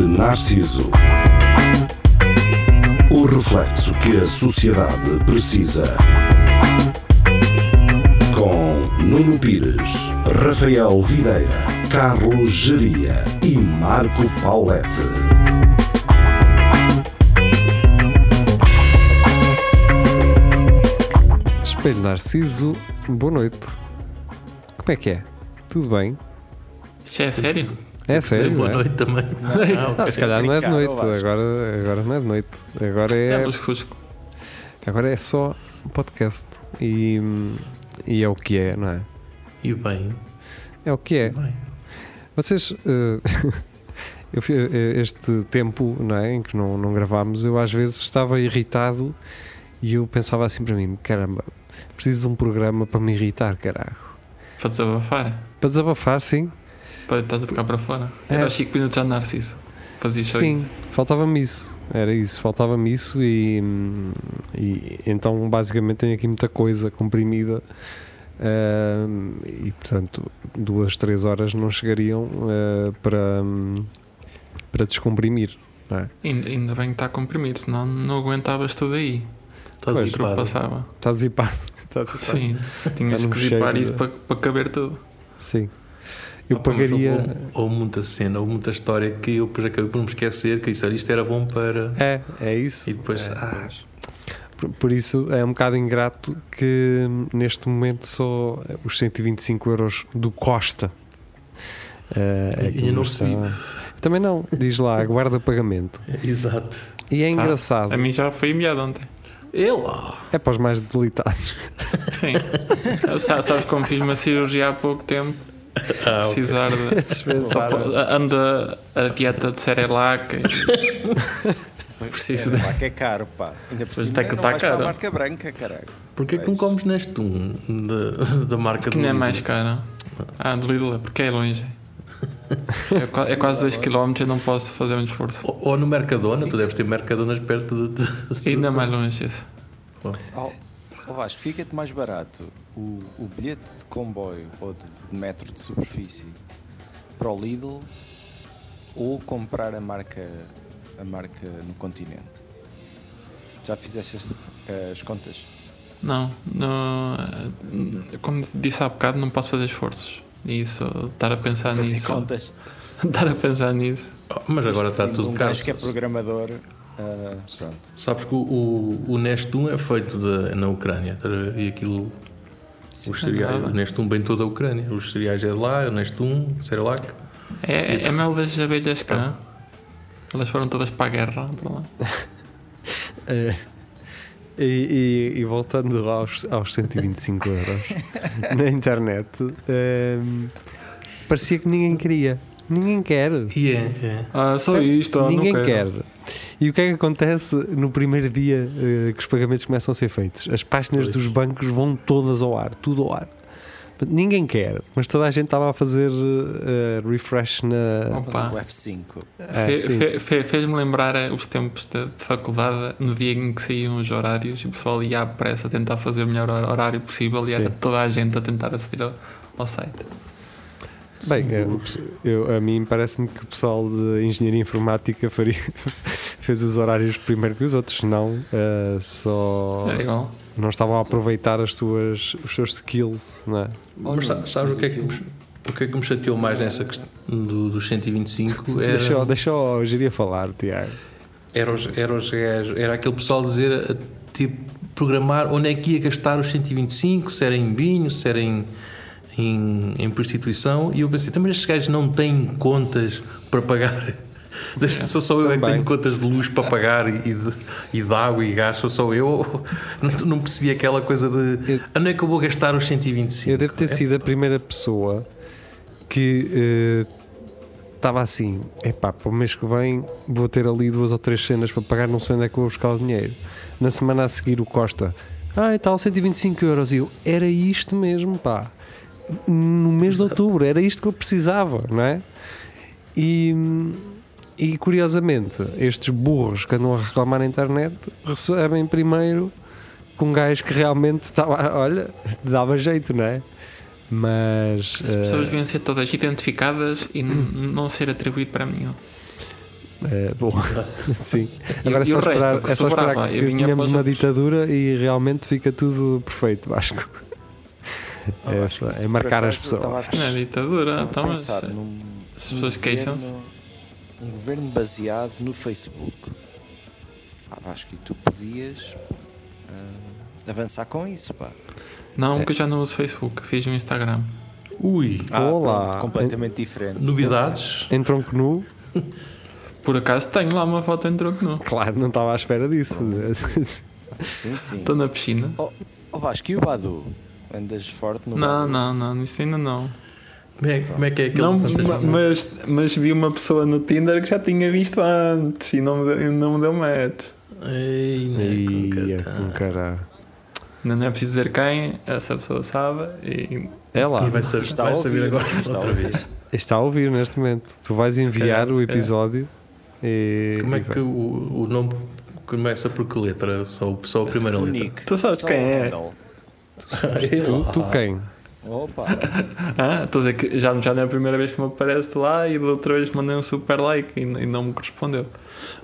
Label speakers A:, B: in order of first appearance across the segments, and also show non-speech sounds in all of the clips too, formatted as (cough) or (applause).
A: Narciso. O reflexo que a sociedade precisa. Com Nuno Pires, Rafael Videira, Carlos Geria e Marco Paulette.
B: Espelho Narciso, boa noite. Como é que é? Tudo bem?
C: Isto é sério?
B: É
C: Quer dizer,
B: sério?
C: boa
B: não é?
C: noite também. Não,
B: Ah, se calhar não é de
D: brincar,
B: noite,
D: ó Vasco.
B: agora, agora não é de noite. Agora é,
C: Estamos fusco.
B: agora é só podcast. E, e é o que é, não é?
C: E bem,
B: É o que é.
C: bem.
B: Vocês. eh, (laughs) eu fui- eh, este tempo não é, em que não, não gravámos, eu às vezes estava irritado e eu pensava assim para mim: caramba, preciso de um programa para me irritar, caralho.
C: Para desabafar.
B: Para desabafar, sim.
C: Para estás a ficar para fora. Era
B: É.
C: o Chico Minutos já de Narciso. Fazia só
B: Sim,
C: isso.
B: faltava-me isso. Era isso, faltava-me isso e, hum, e então basicamente tenho aqui muita coisa comprimida hum, e portanto duas, três horas não chegariam hum, para, hum, para descomprimir.
C: Ainda, ainda bem que está comprimido, senão não aguentavas tudo aí.
D: Estás
C: O truque passava.
B: Estás zipado.
C: Sim,
B: Está Tá
C: tinhas
B: num
C: que zipar
B: cheiro
C: isso
B: de-
C: para, para caber tudo.
B: (laughs) Sim. Eu
C: Opa, mas
B: pagaria.
D: Ou muita cena, ou muita história que eu depois acabei por me esquecer que isso, olha, isto era bom para.
B: É, é isso.
D: E depois,
B: É,
D: ah,
B: Por, por isso é um bocado ingrato que hum, neste momento só os 125 euros do Costa. eh, é que
D: Eu não
B: está-
D: recebi.
B: Também não, diz lá, aguarda pagamento.
D: exato.
B: E é
C: Tá.
B: engraçado,
C: A mim já foi enviado ontem.
D: É lá!
B: é para os mais debilitados. (laughs)
C: Sim. Eu sa- Sabes como fiz uma cirurgia há pouco tempo?
D: Ah, ok.
B: (laughs)
C: Precisar de. Só po- anda a dieta de Cerelac. Preciso
D: Preciso
C: de-
D: de.
E: Pá, que é caro, pá. Ainda por
C: Pois
E: cima
C: tá que
E: não
C: tá
E: vais
C: caro.
E: para a marca branca, caralho.
D: Porquê é que não comes neste um da, da marca
C: Que
D: do
C: não é
D: Lidl?
C: mais caro. Ah, do Lidl, é porque é longe. É, qua- é quase 2 km, eu não posso fazer um esforço.
D: Ou, ou no Mercadona, tu deves ter Mercadonas perto de. de- de-
C: Ainda mais longe esse.
E: Oh, oh Vasco, fica-te mais barato o, o bilhete de comboio ou de, de metro de superfície para o Lidl ou comprar a marca, a marca no continente. Já fizeste as, eh, as contas?
C: Não, não, eh, como disse há bocado, não posso fazer esforços. E isso, estar a pensar
E: Fazer
C: Tá nisso.
E: contas.
C: (laughs) Estar a pensar nisso.
D: Oh, Mas agora está
E: Isto,
D: tudo
E: um
D: caro.
E: gajo que é programador. ah, pronto.
D: Sabes que o, o, o Nestum é feito de- na Ucrânia, estás a ver? E aquilo. Os cereais,
C: nada.
D: o Nestum vem toda a Ucrânia. Os cereais é de lá, o um, Nestum, Cerelac.
C: É, é, é mel das abelhas cá. Elas foram todas para a guerra. para lá.
B: É. E, e- e voltando aos, aos 125 (laughs) euros na internet, hum, parecia que ninguém queria. Ninguém quer.
D: E é, é.
C: Ah, só isto, ah, não
B: Ninguém
C: quero.
B: quer. E o que é que acontece no primeiro dia eh, que os pagamentos começam a ser feitos? As páginas
D: Pois.
B: dos bancos vão todas ao ar, tudo ao ar. Portanto, Ninguém quer, mas toda a gente estava a fazer eh, refresh na.
C: Opa.
E: O F5.
B: Ah,
C: Fe-
B: sim.
C: fe- fe- Fez-me lembrar eh, os tempos de, de faculdade, no dia em que saíam os horários e o pessoal ia à pressa tentar fazer o melhor hor- horário possível e era
B: Sim.
C: toda a gente a tentar aceder ao, ao site.
B: Bem, eh, eu, a mim parece-me que o pessoal de engenharia informática faria, (laughs) fez os horários primeiro que os outros, senão eh, só
C: Era É igual.
B: não estavam a aproveitar as suas, os seus skills, não é?
E: Oh,
D: Mas sa-
E: não,
D: sabes
E: mas
D: o que é que,
E: aquilo-
D: me- o que é que me chateou mais nessa questão do, dos 125?
B: (laughs)
D: Era,
B: Deixa, deixa o Geria falar, Tiago.
D: era, os, era, os gajos- era aquele pessoal dizer, eh, tipo, programar onde é que ia gastar os 125, se era em vinho, se era em, em, em prostituição. E eu pensei, também estes gajos não têm contas para pagar. (laughs) Deixa, sou só eu é que
B: Também.
D: tenho contas de luz para pagar e, e de, e de água e gás, sou só eu. (laughs) Não, não percebi aquela coisa de
B: Eu-
D: onde é que eu vou gastar os 125?
B: Eu devo ter
D: É
B: sido a primeira pessoa que estava assim: epá, para o mês que vem vou ter ali duas ou três cenas para pagar, não sei onde é que vou buscar o dinheiro. Na semana a seguir, o Costa, ah, e tal, 125 euros. E eu, era isto mesmo, pá. No mês de outubro, era isto que eu precisava, não é? E, e curiosamente, estes burros que andam a reclamar na internet recebem primeiro com um gajo que realmente estava, (laughs) olha, dava jeito, não é? Mas.
C: As pessoas
B: eh, (clears throat)
C: deviam ser todas identificadas e n- não ser atribuído para nenhum.
B: É, bom, (laughs) sim.
C: E-
B: Agora é
C: e
B: só
C: o resto,
B: esperar,
C: o que
B: é só esperar
C: sobrava,
B: que
C: e vinha
B: tenhamos
C: para os
B: uma
C: outros.
B: ditadura e realmente fica tudo perfeito, Vasco.
E: Ah,
B: É
E: acho que
B: essa,
E: isso,
B: é
E: por
B: marcar as
E: acaso, eu
B: pessoas.
C: Isto não é ditadura,
E: Estava
C: então,
E: a
C: mas
E: pensar num,
C: as
E: num
C: pessoas queixam-se.
E: governo- Um governo baseado no Facebook. Ah, Vasco, e tu podias ah, avançar com isso, pá.
B: É.
C: Não, porque eu já não uso Facebook, fiz um Instagram.
D: Ui,
E: Ah,
B: Olá.
E: pronto, completamente diferente.
D: novidades.
B: Em tronco nu,
C: Por acaso tenho lá uma foto em troco, não.
B: claro, não estava à espera disso.
E: Sim, sim.
C: Estou na piscina.
E: Oh, oh, Vasco, e o Badu? Andas forte
B: Oh.
E: no
C: Não,
E: Badu?
C: não, não, isso ainda não.
D: Como é, como é que é aquele
C: Não,
D: fantasma?
C: mas, mas vi uma pessoa no Tinder que já tinha visto antes e não me deu, não me deu match.
D: Ei,
B: (laughs)
D: não é com
B: Ia,
D: catá.
B: com caralho.
C: Não não é preciso dizer quem, essa pessoa sabe. E
B: É lá,
D: Quem vai saber,
E: Está
D: vai
E: a
D: saber
E: ouvir,
D: agora
E: Está a
D: outra
E: ouvir.
D: vez.
B: está a ouvir neste momento. Tu vais enviar
C: calhar, é.
B: o
C: se calhar.
B: episódio e.
D: Como é
B: e vai.
D: que o, o nome começa por que letra? Só, o- só a primeira
E: O
D: letra. Ah, é
E: Nick.
C: Tu sabes
E: Só
C: quem
E: o
C: é?
E: Randall.
B: Tu, tu quem?
E: Opa,
C: Ah, estou a dizer que já, já não é a primeira vez que me aparece lá e da outra vez mandei um super like e, e não me correspondeu.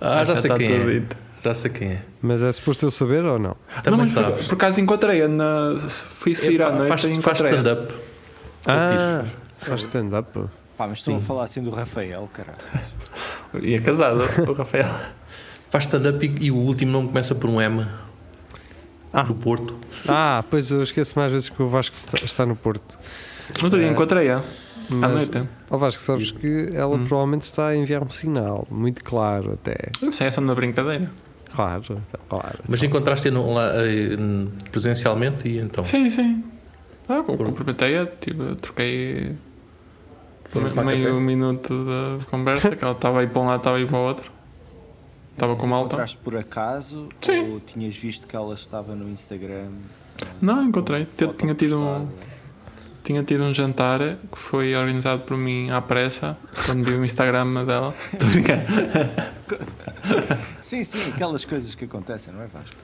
D: Ah, já, sei
C: está
D: quem
C: tudo
D: é.
C: dito.
D: Já sei quem é.
B: Mas é suposto eu saber ou não?
C: não, Tá,
D: Também
C: mas por-
D: sabes.
C: por acaso encontrei-a na. Fui sair à
D: É,
C: noite
D: faz
C: e
D: faz
C: encontrei
D: stand-up.
B: Ah, faz stand-up. pô.
E: pá, mas estão a falar assim do Rafael, caraças.
C: E é casado, o Rafael.
D: Faz stand-up e, e o último nome começa por um M.
B: Ah.
D: Do Porto.
B: Ah, pois eu esqueço mais vezes que o Vasco está, está no Porto.
C: No outro
D: É.
C: dia encontrei-a à
B: Mas-
C: noite. Hum.
B: Ó Vasco, sabes que ela provavelmente está a enviar um sinal, muito claro até.
C: Eu sei, é só na brincadeira.
B: Claro, claro.
D: Mas encontraste no, lá, eh, n- presencialmente e então.
C: Sim, sim. Ah, eu cumprimentei-a, tipo, eu troquei
D: Foram
C: me-
D: tomar
C: meio
D: café?
C: minuto de, de conversa, que ela estava aí para um lado, estava aí para o outro. Estava
E: Mas
C: com malta.
E: Encontraste por acaso?
C: Sim.
E: Ou tinhas visto que ela estava no Instagram? ah,
C: Não, encontrei.
E: com uma
C: Eu tinha
E: foto
C: tido um-
E: postada?
C: Tinha tido um jantar que foi organizado por mim à pressa, quando vi o Instagram
E: (laughs)
C: dela. Estou a brincar.
E: Sim, sim, aquelas coisas que acontecem, não é Vasco?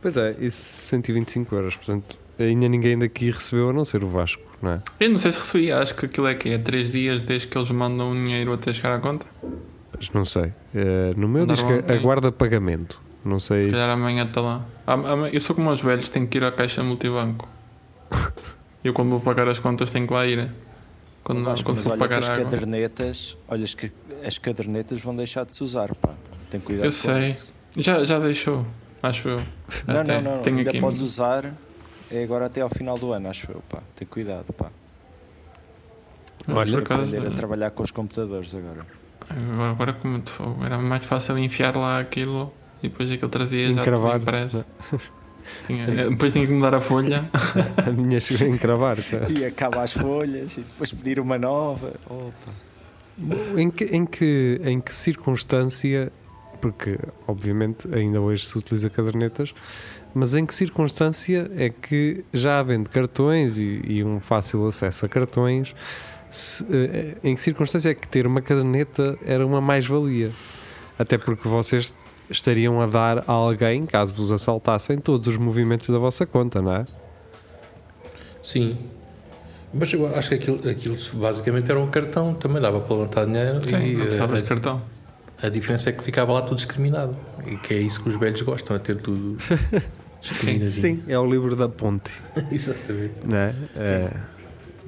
B: Pois é, isso 125 euros. Portanto, ainda ninguém daqui recebeu a não ser o Vasco, não é?
C: Eu não sei se recebi, acho que aquilo é que é 3 dias desde que eles mandam o dinheiro até chegar à conta.
B: Mas não sei. Eh, no meu diz
C: Mandaram
B: que
C: ontem.
B: aguarda pagamento. Não sei
E: É
C: Se calhar
B: se.
C: amanhã está lá. Am- am- Eu sou como os velhos, tenho que ir à caixa multibanco.
E: (laughs)
C: Eu quando vou pagar as contas tenho que lá ir. é. Quando,
E: Vasco,
C: quando
E: mas
C: for
E: olha
C: pagar
E: que
C: a
E: as
C: água.
E: cadernetas, olha as que as cadernetas vão deixar de se usar, pá. Tem cuidado
C: Eu
E: com
C: sei.
E: isso.
C: Já, já deixou, acho eu.
E: Não,
C: Até
E: não, não,
C: tenho
E: ainda
C: aqui. um-
E: podes usar. É agora até ao final do ano, acho eu, pá. Tem cuidado, pá.
C: Olha,
E: Tens
C: por
E: que
C: acaso, eh,
E: aprender a trabalhar com os computadores agora.
C: agora, agora como de fogo. Era mais fácil enfiar lá aquilo e depois aquilo trazia já tudo
B: Encravar.
C: impresso. Tinha-
E: Sim.
C: depois tinha que mudar a
E: (laughs)
C: folha.
B: A minha chegou a encravar. tá?
E: E acaba as folhas e depois pedir uma nova. Oh, Opa.
B: em, que, em, que, em que circunstância. Porque, obviamente, ainda hoje se utiliza cadernetas. Mas em que circunstância é que, já havendo cartões e, e um fácil acesso a cartões, se, eh, em que circunstância é que ter uma caderneta era uma mais-valia? Até porque vocês estariam a dar a alguém, caso vos assaltassem, todos os movimentos da vossa conta, não é?
D: Sim. Mas eu acho que aquilo, aquilo basicamente era um cartão, também dava para levantar dinheiro
E: é.
C: Sim,
D: e
C: não
D: eh,
C: precisava de cartão.
D: a, a diferença é que ficava lá tudo discriminado. E que é isso que os velhos gostam, é ter tudo discriminadinho.
B: é o livro da ponte,
D: Exatamente.
B: não é? Eh,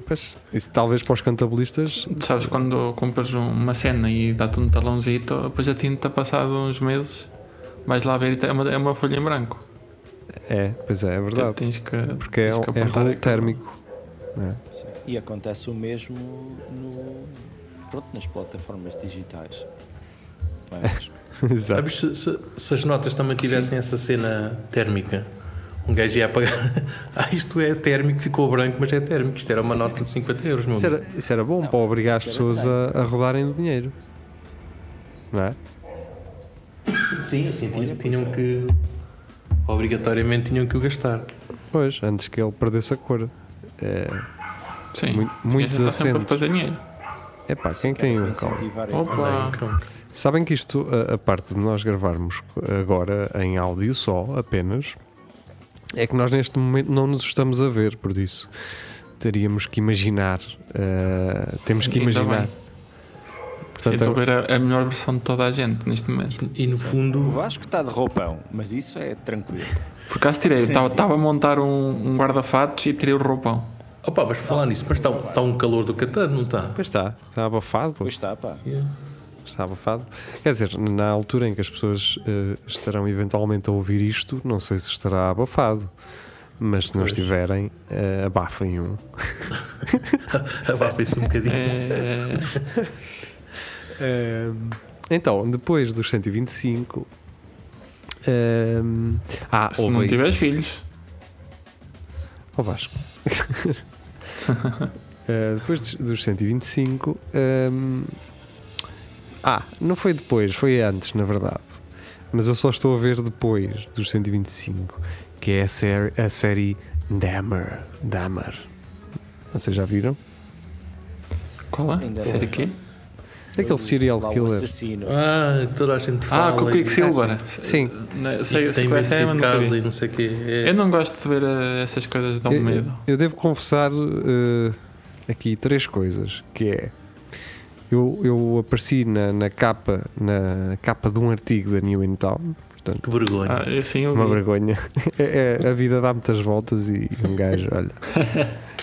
B: pois, isso talvez para os contabilistas.
C: Tu sabes quando compras um- uma cena e dá-te um talãozito, depois a tinta passado uns meses, vais lá ver e é uma, é uma folha em branco.
B: É, pois é, é verdade.
C: Tens que,
B: Porque é,
C: tens que
B: é
C: apontar
B: rolo
C: aquilo.
B: térmico. não é?
E: Sim. E acontece o mesmo no, pronto, nas plataformas digitais. Não é, Vasco?
B: Exato.
D: Sabes, se, se- se as notas também tivessem essa cena térmica, um gajo ia apagar. (laughs) ah, isto é térmico, ficou branco, mas é térmico. Isto era uma nota de 50 euros, meu
B: Isso
D: amigo.
B: era, isso era bom
E: Não,
B: para obrigar as
E: isso era
B: pessoas a, a rodarem o dinheiro. Não é?
D: Sim, assim, tinham, tinham que. Obrigatoriamente tinham que o gastar.
B: Pois, antes que ele perdesse a cor. É,
C: Sim.
B: Muito-
C: Tinha
B: muitos
C: que estar sempre
B: acentos.
C: a fazer dinheiro.
B: epá, quem tem
E: Quero
B: um cão?
E: incentivar a
C: Opa.
D: Olha aí, cão.
B: Sabem que isto, a, a parte de nós gravarmos agora em áudio só, apenas, é que nós neste momento não nos estamos a ver, por isso teríamos que imaginar. eh, temos que
C: Ainda
B: imaginar.
C: bem. Sim,
B: Portanto, é-
C: estou a
B: agora-
C: ver a, a melhor versão de toda a gente neste momento.
D: E no
E: O
D: fundo,
E: Vasco está de roupão, mas isso é tranquilo.
C: Por acaso tirei, estava a montar um, um guarda-fatos e tirei o roupão.
D: opa, mas por falar nisso, mas está, está um calor do catano, não tá? está?
B: pois está, está abafado. pô.
E: Pois está, pá.
B: Está abafado. Quer dizer, na altura em que as pessoas eh, estarão eventualmente a ouvir isto, não sei se estará abafado. Mas se não estiverem, eh, abafem um.
D: Abafa isso um bocadinho.
C: É,
B: Ahm,
C: Ehm.
B: então, depois dos 125. ahm, ah,
C: se
B: houve
C: não
B: aí-
C: tiveres filhos,
B: Ó Vasco. (laughs) Eh, depois dos- dos 125. ehm, ah, não foi depois, foi antes, na verdade. Mas eu só estou a ver depois dos 125, que é a, série a série Dammer. Dammer. Vocês já viram?
C: qual é?
E: Ainda
C: Série
E: não.
C: quê?
B: É Aquele serial
E: Lá o
B: killer.
E: assassino.
D: Ah, toda a gente fala.
C: ah, com o
D: e-
C: Quicksilver.
B: Sim.
C: Não,
D: e
C: sei, sei
D: tem
C: qual é,
D: medo de sair
C: mas
D: de
C: nunca vi.
D: casa e não sei o quê. É-
C: Eu não gosto de ver eh, essas coisas, dão
B: Eu-
C: medo.
B: Eu, eu devo confessar eh, aqui três coisas, que é eu, eu apareci na, na capa na capa de um artigo da New In Town, portanto,
D: Que vergonha.
C: Ah, eu sim, eu
B: uma
C: vi.
B: vergonha. (laughs) É- é, a vida dá muitas voltas e um
C: (laughs)
B: gajo, olha.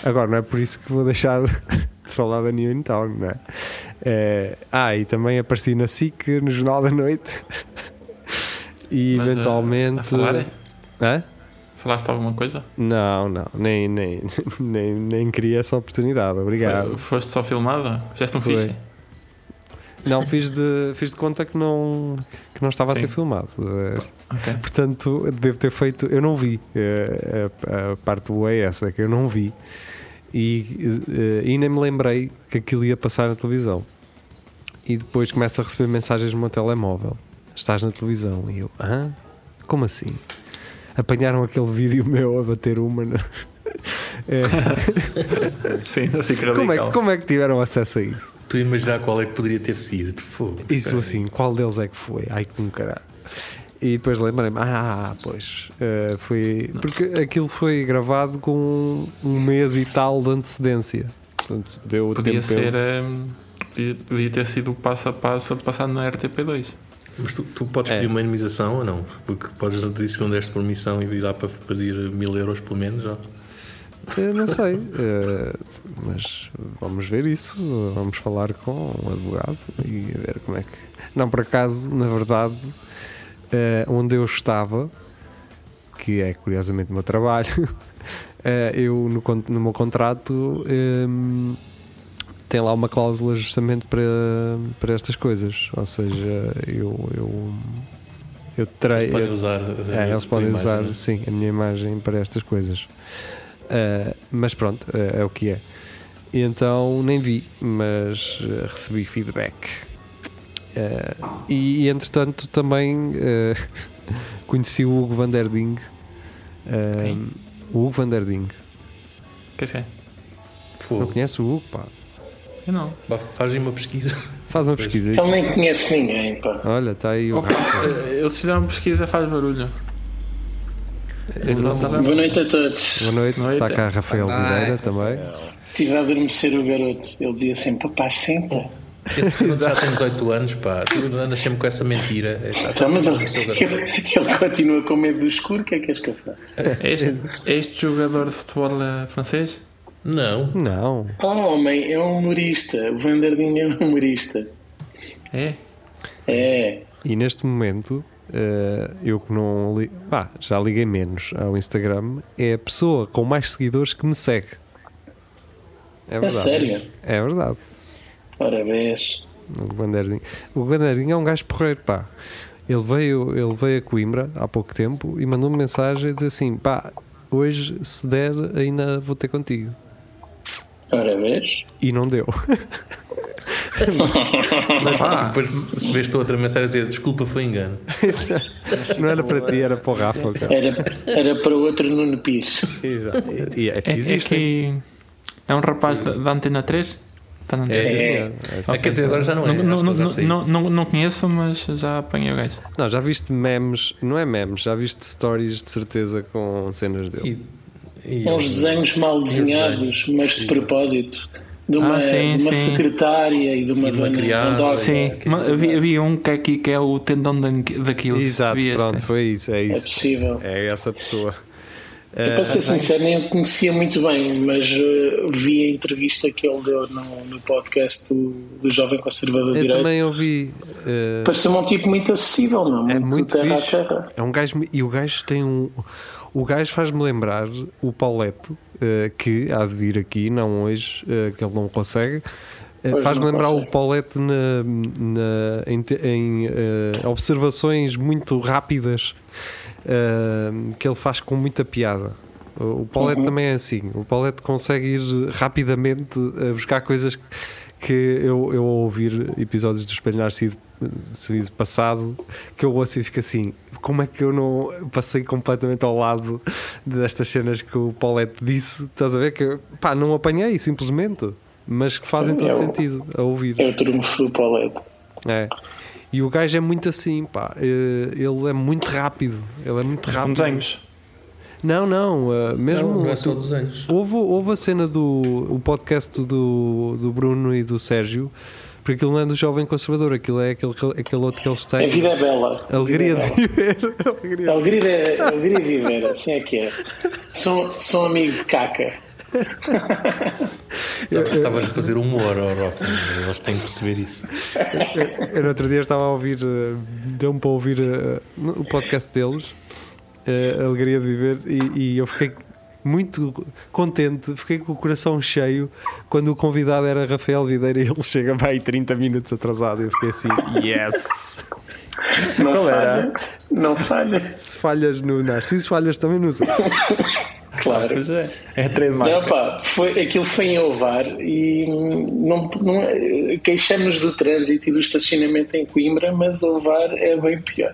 B: Agora não é por isso que vou deixar de falar da New In Town, não é? Eh, ah, e também apareci na SIC no Jornal da Noite. E
C: Mas, eh,
B: eventualmente.
C: a falar, é?
B: Hã?
C: Falaste alguma coisa?
B: Não, não, nem, nem, (laughs) nem, nem queria essa oportunidade, obrigado.
C: Foi- Foste só filmada? Fizeste um
B: Foi.
C: fixe?
B: Não, fiz de, fiz de conta que não, que não estava
C: Sim.
B: a ser filmado. Eh,
C: Ok.
B: Portanto, devo ter feito. Eu não vi. eh, A, a parte boa é essa, que eu não vi. E, eh, e nem me lembrei que aquilo ia passar na televisão. E depois começo a receber mensagens no meu telemóvel: Estás na televisão? E eu: Hã? Como assim? Apanharam aquele vídeo meu a bater uma. na- (laughs) Eh,
C: Sim, assim que
B: Como é,
C: radical.
B: que- como é que tiveram acesso a isso?
D: Tu imaginar qual é que poderia ter sido. Tu, fogo,
B: Isso
D: cara.
B: assim, qual deles é que foi? Ai que um caralho. E depois lembrei-me, ah, pois, eh, foi. Porque aquilo foi gravado com um mês e tal de antecedência. Portanto, deu o
C: Podia
B: tempo.
C: ser. hum, podia, podia ter sido o passo a passo passado na RTP2.
D: Mas tu, tu
C: É.
D: podes pedir uma indemnização ou não? Porque podes não te dizer que não deste permissão e ir lá para pedir mil euros pelo menos. Ó.
B: Eu não sei. eh, mas vamos ver isso. Vamos falar com um advogado e ver como é que. Não, por acaso, na verdade, eh, onde eu estava, que é curiosamente o meu trabalho, (laughs) eh, eu no, con- no meu contrato em, tem lá uma cláusula justamente para, para estas coisas. Ou seja, eu. eu eu terei,
C: É,
D: Eles podem usar. a-
B: é,
D: a
B: eles
D: tua
B: podem
D: imagem,
B: usar,
D: não é?
B: sim, a minha imagem para estas coisas. Ah, mas pronto, ah, é o que é. E então nem vi, mas ah, recebi feedback. Ah, e, e, entretanto também ah, (laughs) conheci o Hugo Van Der Ding. Ah,
C: Quem?
B: o Hugo Van Der Ding.
C: Quer dizer,
B: Não
D: Fogo.
B: conhece o Hugo? Pá.
C: eu não.
D: Pá, Faz aí uma pesquisa.
B: Faz uma pesquisa aí.
F: Ele nem conhece ninguém, pá.
B: Olha, está aí o.
C: Opa, eh, eles fizeram pesquisa, faz (laughs) barulho. Eles
B: não
C: não
B: sabem.
F: Boa
C: sabem.
F: noite a todos.
B: Boa noite,
C: Noite.
B: está cá Rafael
D: Boa noite.
B: Videira também.
F: Estive a adormecer o garoto. Ele dizia sempre: papá, senta.
D: Esse garoto já tem 18 anos, pá. Tu andas sempre com essa mentira. É, tá- tá
F: Então, mas
D: sempre
F: ele,
D: com o seu garoto.
F: ele, (laughs) ele continua com medo do escuro. O que é que és que eu faça?
C: Este, este jogador de futebol eh, francês?
D: Não.
B: Não,
F: Oh, homem, é um humorista. O Vanderdinho é um humorista.
C: É?
F: É.
B: E neste momento, eh, eu que não li, pá, já liguei menos ao Instagram, é a pessoa com mais seguidores que me segue. É verdade.
F: sério?
B: É verdade.
F: Ora, vês.
B: O Bandeirinho. O Bandeirinho é um gajo porreiro, pá. Ele veio, ele veio a Coimbra há pouco tempo e mandou-me mensagem a dizer assim: pá, hoje se der ainda vou ter contigo.
F: Ora, vês.
B: E não deu. (laughs)
D: Ah, depois recebeste outra mensagem a dizer desculpa, foi engano.
B: não era para ti, era para o Rafa. cara.
F: Era, era para outro Nuno Pires.
B: Exato. E é que
C: É, é
B: existem.
C: que. É um rapaz da, da Antena 3? Está na Antena
D: É,
C: três?
B: Sim,
F: é.
B: senhor.
D: Ah, quer dizer, agora já não é.
C: Não,
D: acho
C: não,
D: que
C: não,
D: ele já saiu.
C: não, não, não conheço, mas já apanhei o gajo.
B: Não, já viste memes, não é memes, já viste stories de certeza com cenas dele.
D: E- e-
F: É Uns desenhos mal desenhados, mas de propósito. de uma,
C: Ah, sim,
F: de uma
C: sim.
F: secretária e de uma,
D: E de uma
F: dona
D: criada,
F: mandona.
C: Sim, mas havia, havia um que aqui que é o tendão de- daquilo.
B: Exato,
C: Vi este.
B: pronto, foi isso, é
F: É
B: isso.
F: possível.
B: É essa pessoa.
F: Eu, para
B: Eh,
F: ser sincero, nem o conhecia muito bem, mas eh, vi a entrevista que ele deu no, no podcast do, do Jovem Conservador de
B: Eu
F: Direito.
B: também ouvi. eh,
F: Pareceu-me um tipo muito acessível, não?
B: é muito
F: terra
B: fixe.
F: a terra.
B: É um gajo e o gajo tem um o gajo faz-me lembrar o Pauleto eh, que há de vir aqui, não hoje, eh, que ele não consegue. Eh,
F: Hoje
B: Faz-me
F: não
B: lembrar o
F: consegue.
B: Paulette na, na- em, te- em, eh, observações muito rápidas eh, que ele faz com muita piada. O o
C: Uhum.
B: Paulette também é assim. O Paulette consegue ir rapidamente a buscar coisas que eu, eu ao ouvir episódios do Espelho Narciso, Narciso passado, que eu ouço e fico assim: como é que eu não passei completamente ao lado destas cenas que o Paulette disse? Estás a ver que eu, pá, não apanhei simplesmente, mas que fazem todo
F: Eu-
B: sentido a ouvir.
F: É o trunfo do Paulette.
B: É. E o gajo é muito assim, pá. eh, Ele é muito rápido. Ele é muito
C: Com
B: rápido.
C: desenhos.
B: Não, não. eh, Mesmo.
D: não, não é
B: tu-
D: só desenhos.
B: Houve, houve a cena do o podcast do, do Bruno e do Sérgio, porque aquilo não é do jovem conservador, aquilo é aquele, aquele outro que eles
F: A
B: têm.
F: vida é bela.
B: Alegria de viver. Alegria.
F: A vida é a vida é viver, assim é que é. Sou, sou um amigo de caca.
D: Estavas a fazer humor, ó, Rafa. Eles têm que perceber isso.
B: (laughs) Eu no outro dia estava a ouvir, eh, deu-me para ouvir eh, no- o podcast deles, eh, Alegria de Viver, e, e eu fiquei muito contente, fiquei com o coração cheio quando o convidado era Rafael Videira e ele chega para aí 30 minutos atrasado. Eu fiquei assim, yes!
F: Não
B: Qual
F: falha.
B: era?
F: Não falha.
B: Se falhas no Narciso, falhas também no Zé.
F: Claro.
C: Pois é. É trademark.
F: Não, pá, foi, aquilo foi em Ovar e hum, não, não, queixamos do trânsito e do estacionamento em Coimbra, mas Ovar é bem pior.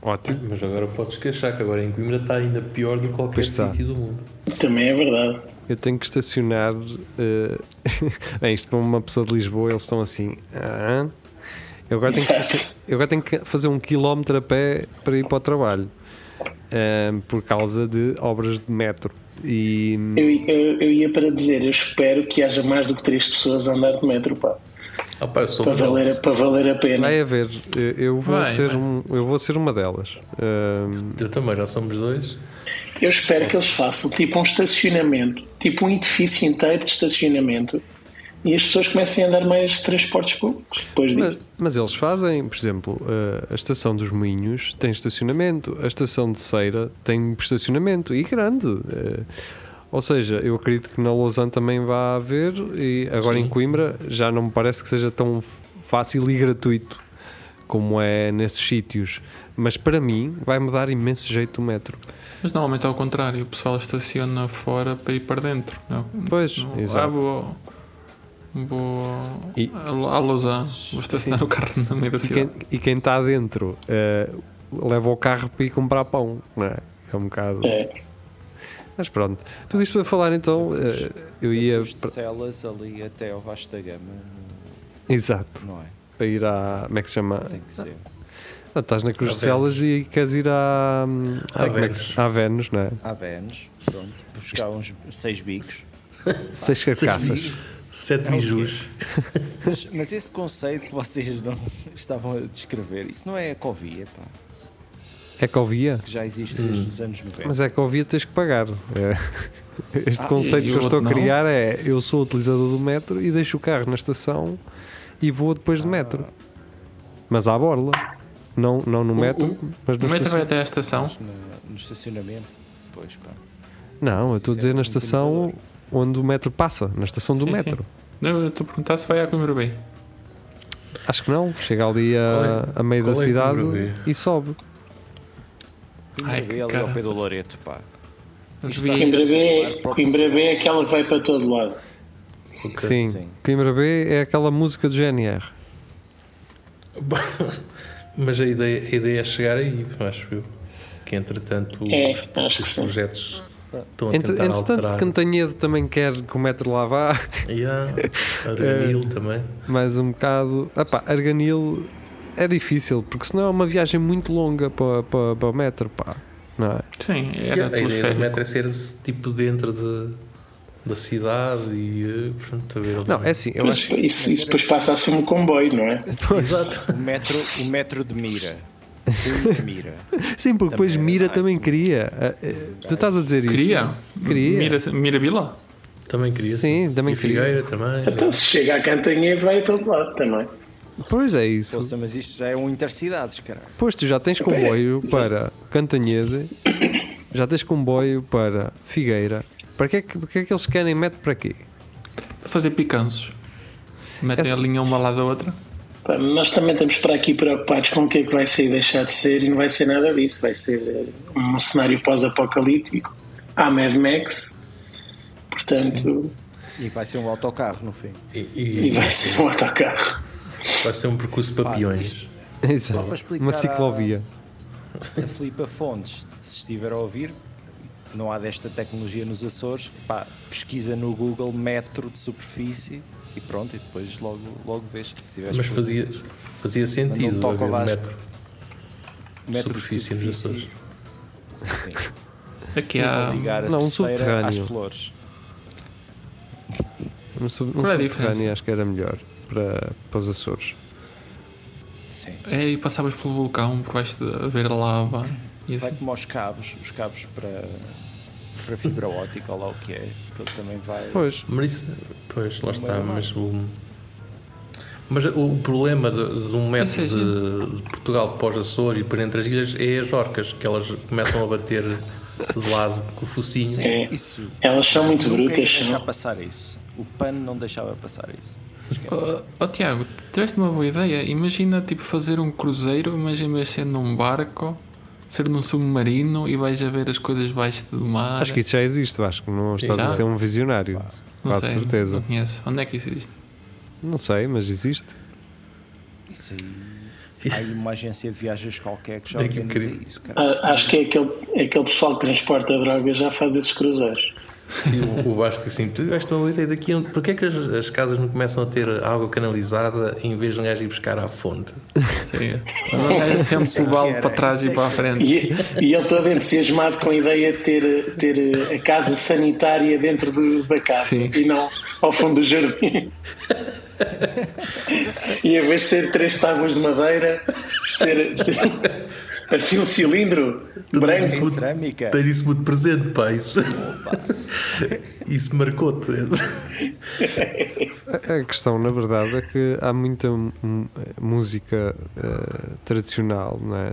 B: Ótimo.
D: Mas agora podes queixar que agora em Coimbra está ainda pior do que qualquer
B: Pois está.
D: sítio do mundo.
F: Também é verdade.
B: Eu tenho que estacionar. eh, (laughs) Bem, isto para uma pessoa de Lisboa, eles estão assim. "Ah, eu, agora tenho que, estacion- eu agora tenho que fazer um quilómetro a pé para ir para o trabalho eh, por causa de obras de metro. E
F: Eu, eu, eu ia para dizer, eu espero que haja mais do que três pessoas a andar de metro, pá,
D: Ah, pá, eu sou
F: para
D: melhor.
F: valer, a- para valer a pena.
B: vai haver. eh, Eu vou,
C: Vai,
B: ser,
C: vai.
B: um- eu vou ser uma delas. Eh,
D: Eu também, já somos dois.
F: Eu espero que eles façam tipo um estacionamento, tipo um edifício inteiro de estacionamento e as pessoas comecem a andar mais de transportes públicos depois disso.
B: Mas, mas eles fazem, por exemplo, eh, a estação dos Moinhos tem estacionamento, a estação de Ceira tem estacionamento e grande. eh. ou seja, eu acredito que na Lausanne também vá haver e agora em Coimbra já não me parece que seja tão fácil e gratuito como é nesses sítios. Mas para mim vai-me dar imenso jeito o metro.
C: Mas normalmente ao contrário, o pessoal estaciona fora para ir para dentro. Não,
B: Pois,
C: não, ah,
B: exato.
C: vou, vou
B: E-
C: a a Lausanne, vou estacionar o carro no meio da
B: E
C: cidade.
B: quem, e quem está dentro eh, leva o carro para ir comprar pão, não é? É um bocado.
F: É.
B: Mas pronto, tudo isto para falar então, eh, eu ia.
E: Os de celas ali até ao Vasco da Gama,
B: Exato,
E: não é?
B: para ir à. Como é que se chama?
E: Tem que ser.
B: Ah, estás na Cruz
D: À
B: de Celas e queres ir à. hum,
D: À
B: ai, como é que
D: Vênus.
B: se- À Vênus, não é?
E: Há Vênus, pronto, buscar uns seis bicos.
B: Seis carcaças.
D: Sete bijus.
E: Mas, mas esse conceito que vocês não (laughs) estavam a descrever, isso não é ecovia, pá,
B: Ecovia?
E: que já existe desde os anos 90.
B: É Hum. Mas Ecovia tens que pagar. É. (laughs) Este conceito
C: e
B: que eu
C: o
B: estou a
C: outro não?
B: criar é: eu sou utilizador do metro e deixo o carro na estação e vou depois do metro. Mas à borla. Não, não no metro, mas
C: O
B: na
C: metro
B: estação.
C: vai até à estação.
E: No, no estacionamento, pois pá.
B: Não, eu estou a
E: Isso é
B: dizer na
E: um
B: estação
E: utilizador.
B: onde o metro passa, na estação do
C: Sim, sim.
B: metro.
C: Não, eu estou a perguntar se vai à Coimbra bem.
B: Acho que não. Chega ali a, a meio da
D: qual é que
B: cidade
D: número
B: e sobe.
C: Ai,
E: Ai,
C: que
E: que ali ao pé do
C: caraças.
E: Loreto, pá.
F: Coimbra B, é- Coimbra B é aquela que vai para todo lado.
B: Sim.
E: sim.
B: Coimbra B é aquela música do GNR.
D: (laughs) Mas a ideia, a ideia é chegar aí, acho eu. Que entretanto
F: É,
D: os,
F: acho que
D: os
F: sim.
D: projetos estão a
B: Entre-
D: tentar
B: Entretanto,
D: alterar. (laughs)
B: Cantanhedo também quer que o metro lá vá. (laughs)
D: E há
B: Eh,
D: Arganil também.
B: Mais um bocado. Epá, Arganil é difícil, porque senão é uma viagem muito longa para, para, para o metro. Pá. Não é?
C: Sim,
D: E
C: era
D: a ideia do
C: atmosférico.
D: metro é ser esse tipo dentro de, da cidade e eh, pronto, a ver ali.
B: Não, é assim, eu
F: Mas
B: acho.
F: isso, isso depois passa a ser um comboio, não é?
D: Exato.
E: O metro, o metro de mira. Sim, de mira.
B: Sim, porque depois
E: Também
B: Mira
E: era
B: também é
E: nice.
B: queria. Ah, eh, Tu estás a dizer isso?
C: Queria.
B: Queria.
C: Mira, Mirabila?
D: Também queria.
B: Sim, também
D: e
B: queria.
D: Figueira também. eh,
F: Então se chega à Cantanhede vai a todo lado também.
B: Pois é isso.
E: Ouça, mas isto já é um intercidades, cara.
B: Pois tu já
E: É
B: tens comboio para Cantanhede, já tens comboio para Figueira. Para que é que, porque é que eles querem metro para quê?
C: Para fazer picanços. Metem
B: Essa-
C: a linha uma ao lado da outra.
F: Pá, Nós também estamos para aqui preocupados com o que é que vai ser e deixar de ser e não vai ser nada disso. Vai ser eh, um cenário pós-apocalíptico, à Mad Max, portanto,
E: E vai ser um autocarro no fim.
D: E,
F: e
D: e
F: vai (laughs) ser um autocarro.
D: vai ser um percurso para peões.
B: Isso,
E: Só para explicar
B: uma ciclovia.
E: A Filipa Fontes, se estiver a ouvir, não há desta tecnologia nos Açores, pá, pesquisa no Google metro de superfície e pronto, e depois logo, logo vês que se um tiveres
D: Mas fazia,
E: perguntas,
D: fazia sentido
E: toca
D: haver
E: ao
D: um
E: Vasco.
D: metro,
E: metro
D: superfície
E: de
D: nos Ah,
E: superfície. Sim,
C: Aqui há.
E: ligar a
B: Não, um
E: terceira
B: subterrâneo.
E: às flores.
B: Um, sub, um
C: Qual é a
B: subterrâneo
C: diferença?
B: acho que era melhor para, para os Açores.
E: Sim.
C: É, e passavas pelo vulcão porque vais ver lava. E
E: Vai
C: assim.
E: como aos cabos, os cabos para, para fibra ótica, ou lá o que é, que ele também vai.
B: Pois,
D: Mas isso, pois, lá está, mas o. Mas o problema de, de um metro
C: Ou seja-
D: de, de Portugal para os Açores e para entre as ilhas é as orcas, que elas começam a bater de lado com o focinho.
F: É.
E: Isso.
F: Elas são muito
E: Nunca ia
F: brutas,
E: deixar
F: são.
E: passar isso. O PAN não deixava passar isso. Esquece.
C: Oh, oh, Tiago, tiveste uma boa ideia. Imagina tipo fazer um cruzeiro, mas em vez de ser num barco, ser num submarino e vais a ver as coisas baixo do mar.
B: acho que isso já existe, acho que não estás a
C: Já?
B: ser um visionário.
C: é? não
B: Quase
C: sei,
B: certeza.
C: Não conheço. Onde é que isso existe?
B: Não sei, mas existe.
E: Isso aí. Há aí uma agência de viagens qualquer que já
D: Daqui a
E: organiza
D: bocadinho.
E: isso, cara.
F: Ah, Acho que é aquele, aquele pessoal que transporta drogas já faz esses cruzeiros.
D: E o, o Vasco assim, tu tiveste uma boa ideia daqui. a- Porquê é que as, as casas não começam a ter água canalizada em vez de um gajo ir buscar à fonte?
C: Sim. (laughs) É sempre o balde para trás e para a frente.
F: E, e ele todo entusiasmado com a ideia de ter, ter a casa sanitária dentro do- da casa
C: Sim.
F: e não ao fundo do jardim. E em vez de ser três tábuas de madeira, ser, ser assim um cilindro branco.
E: isso. cerâmica.
D: Ter isso muito presente, pá. Isso, (laughs) isso marcou-te.
B: A a questão, na verdade, é que há muita mu- música eh, tradicional, não é?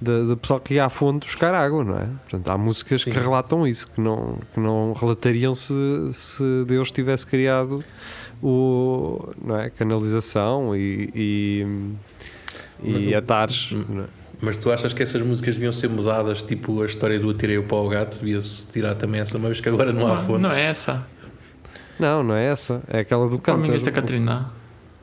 B: Da, da pessoa que ia à fonte buscar água, não é? Portanto, há músicas que relatam isso, que não, que não relatariam se, se Deus tivesse criado o, não é? canalização e, e, e atares.
C: Hum.
B: não é?
D: Mas tu achas que essas músicas deviam ser mudadas? Tipo a história do Atirei o Pau ao Gato, devia-se tirar também essa, mas que agora não há fonte.
C: Não é essa.
B: Não, não é essa, é aquela do
C: Para mim,
B: cântaro.
C: esta Catarina.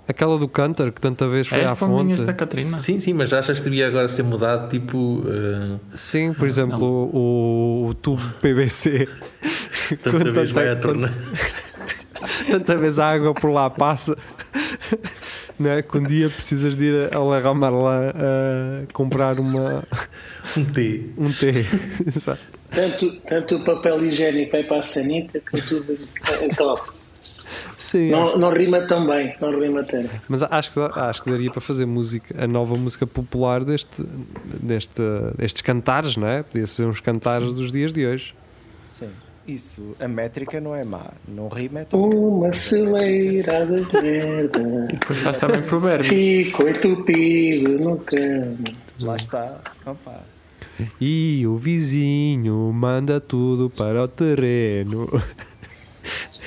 B: Aquela do cântaro que tanta vez foi
C: É
B: à
C: para mim,
B: fonte.
C: esta Catarina.
D: Sim, sim, mas achas que devia agora ser mudado? Tipo, eh,
B: Sim, por exemplo, o, o tubo PVC.
D: tanta
B: Com
D: vez vai à torna.
B: tanta vez a água por lá passa não é? que um dia precisas de ir ao La Ramarla a comprar uma,
D: um T.
B: um (laughs) té sabe?
F: Tanto, tanto o papel higiênico vai para a sanita que tudo é top.
B: Sim, acho-
F: Não, não rima tão bem, não rima tão bem.
B: mas acho que, dá- acho que daria para fazer música, a nova música popular deste, deste, destes cantares, não é? Podia ser uns cantares dos dias de hoje.
E: Sim. Isso, a métrica não é má. Não rima é tão.
F: Uma celeira de merda
C: Depois faz também provérbios.
F: Fico entupido no cano
E: Lá está. Opa.
B: E o vizinho manda tudo para o terreno.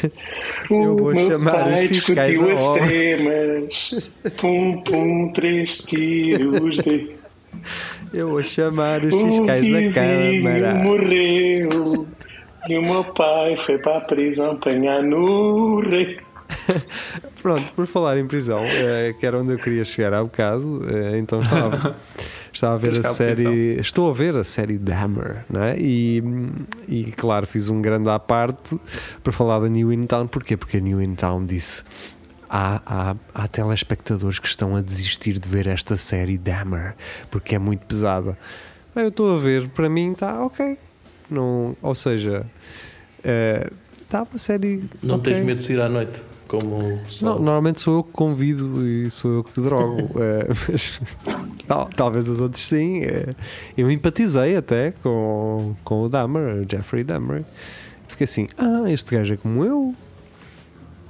B: Eu vou
F: O meu
B: chamar os
F: pai
B: fiscais da
F: discutiu as
B: obra.
F: temas. Pum, pum, três tiros de.
B: Eu vou chamar os
F: O
B: fiscais da
F: vizinho
B: câmara.
F: morreu. E o meu pai foi para a prisão apanhar no rei.
B: Pronto, por falar em prisão, eh, que era onde eu queria chegar há bocado, eh, então
D: (laughs)
B: estava, estava a ver
C: Chegar
B: a
C: à
B: série. Estou a ver a série Dammer, não é? E, e claro, fiz um grande à parte para falar da New In Town. Porquê? Porque a New In Town disse. Há, há, há telespectadores que estão a desistir de ver esta série Dammer porque é muito pesada. Bem, Eu estou a ver, para mim está ok. Não, ou seja, eh, está uma série.
D: (laughs) Não
B: ok.
D: tens medo de sair à noite? Como o
B: Não,
D: pessoal.
B: normalmente sou eu que convido e sou eu que drogo. eh, mas tal- talvez os outros sim. eh. eu empatizei até com, com o Dahmer, o Jeffrey Dahmer. Fiquei assim, ah, este gajo é como eu.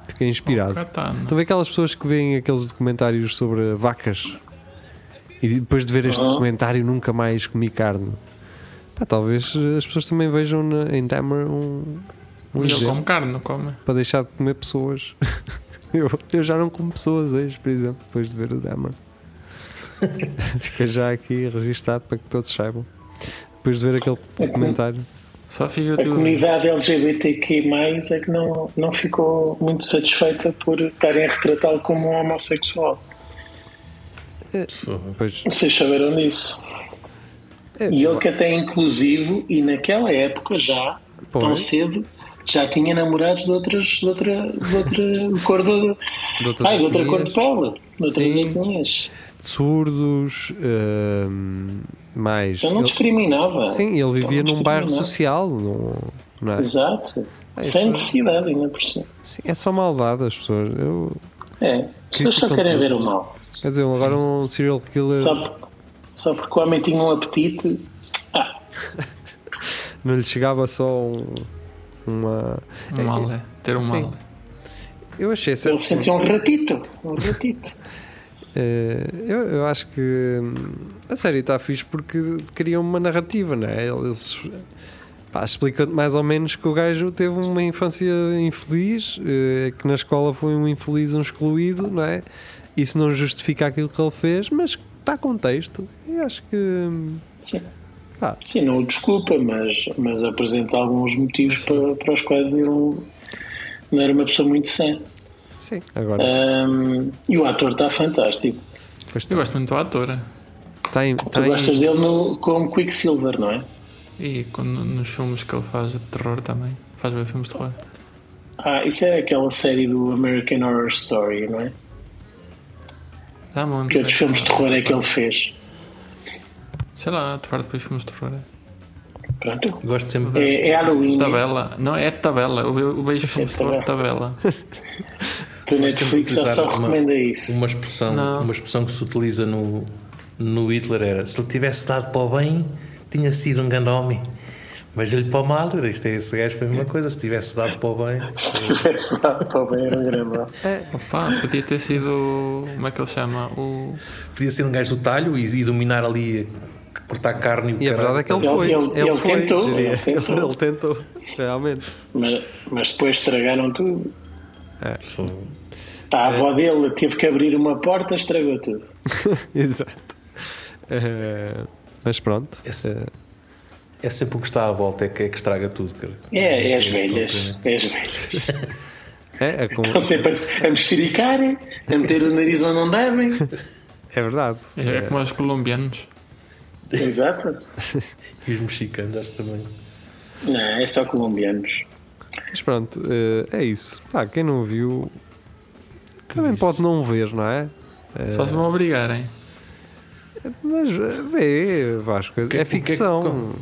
B: Fiquei inspirado.
C: Cá tá, não?
B: Estão a ver aquelas pessoas que veem aqueles documentários sobre vacas e depois de ver este
F: Uhum.
B: documentário nunca mais comi carne. Pá, talvez eh, as pessoas também vejam na- em Dahmer um, um
C: Mas ele
B: exemplo
C: come carne, não come?
B: para deixar de comer pessoas. (laughs) eu, eu já não como pessoas hoje, por exemplo, depois de ver o Dama.
F: (laughs)
B: Fica já aqui registado para que todos saibam. Depois de ver aquele
F: É
B: documentário.
C: Só
F: A
C: figurativamente.
F: comunidade LGBTQ+, é que não, não ficou muito satisfeita por estarem a retratá-lo como um homossexual.
B: Depois,
F: Vocês saberam disso.
B: é,
F: E ele que até é inclusivo, e naquela época já, tão
B: Pois.
F: cedo, já tinha namorados de, outras, de outra, de outra (laughs) cor de,
B: de outras
F: ai, de outra cor de
B: etnias,
F: pele, de outras
B: Sim.
F: etnias.
B: surdos, hum, mais.
F: Já não
B: Ele-
F: discriminava.
B: sim, ele vivia
F: não
B: num bairro
F: discriminava.
B: social. Num, não é?
F: Exato.
B: isso
F: Sem
B: não-
F: necessidade, ainda por cima.
B: Sim, é só maldade as pessoas. Eu-
F: É, as pessoas só
B: que
F: querem
B: conteúdo.
F: ver o mal.
B: quer dizer, agora um serial killer
F: Só, por- só porque o homem tinha um apetite. Ah,
B: não lhe chegava só um, uma.
C: Um malé. Ter um
B: Sim.
C: malé.
B: Eu achei
F: ele
B: certo.
F: sentia um ratito. Um ratito.
B: Eh, eu, eu acho que hum, a série está fixe porque cria uma narrativa, não é? Eles pá, explicam-te mais ou menos que o gajo teve uma infância infeliz, eh, que na escola foi um infeliz, um excluído, não é? Isso não justifica aquilo que ele fez, mas está contexto. E acho que. hum,
F: Sim.
B: Ah.
F: Sim, não o desculpa, mas, mas apresenta alguns motivos para, para os quais ele não era uma pessoa muito sã.
B: Sim,
F: É.
B: agora.
F: Ahm, e o ator está fantástico.
B: Pois
C: Eu
B: está.
C: gosto muito do ator. é.
B: Está em-
F: Tu
B: está
F: gostas
B: em-
F: dele no, como Quicksilver, não é?
C: E quando- nos filmes que ele faz de terror também. Faz bem filmes de terror.
F: Ah, isso é aquela série do American Horror Story, não é?
C: Dá-me um
F: Que outros filmes de terror é que ele fez?
C: Sei lá, tu depois filmes de terror. É
F: Pronto.
D: Gosto sempre.
F: É, é Halloween.
D: Tá
F: É
C: Tabela. Não, é tabela. Eu ve- eu vejo filmes de terror de tabela.
F: Tu Netflix só,
D: utilizar
F: só
D: uma-
F: recomenda isso.
D: Uma expressão,
C: Não.
D: uma expressão que se utiliza no, no Hitler era se ele tivesse dado para o bem, tinha sido um grande homem. Mas ele para o mal, era isto é esse gajo, foi a mesma coisa. Se tivesse dado para o bem,
F: Se tivesse dado para o bem, era um grande.
C: Opa, podia ter sido. Como é que ele chama? O.
D: podia ser um gajo do talho e, e dominar ali, cortar carne e o
B: E a
D: caralho.
B: verdade é que ele
F: Ele-
B: foi.
F: ele- ele
B: foi,
F: tentou,
B: diria.
F: ele tentou.
B: (laughs) Ele tentou, realmente.
F: (laughs)
B: (laughs)
F: Mas, mas depois estragaram tudo.
D: Só-
F: Tá, a
D: É.
F: avó dele teve que abrir uma porta, estragou tudo.
B: Exato. Eh, mas pronto.
D: Esse-
B: eh,
D: É sempre o que está à volta, é que, é que estraga tudo, cara.
F: É, é as velhas. É as velhas.
C: (laughs)
B: É, é, com-
F: Estão sempre a, a mexericar, a meter o nariz onde não devem.
B: é verdade.
C: É, é como os colombianos.
F: Exato.
D: E os mexicanos, acho também.
F: Não, é só colombianos.
B: Mas pronto, eh, é isso. Pá, quem não viu também pode não ver, não é? Eh,
C: Só se vão obrigarem.
B: mas eh, vê, Vasco. é
D: o que
B: ficção.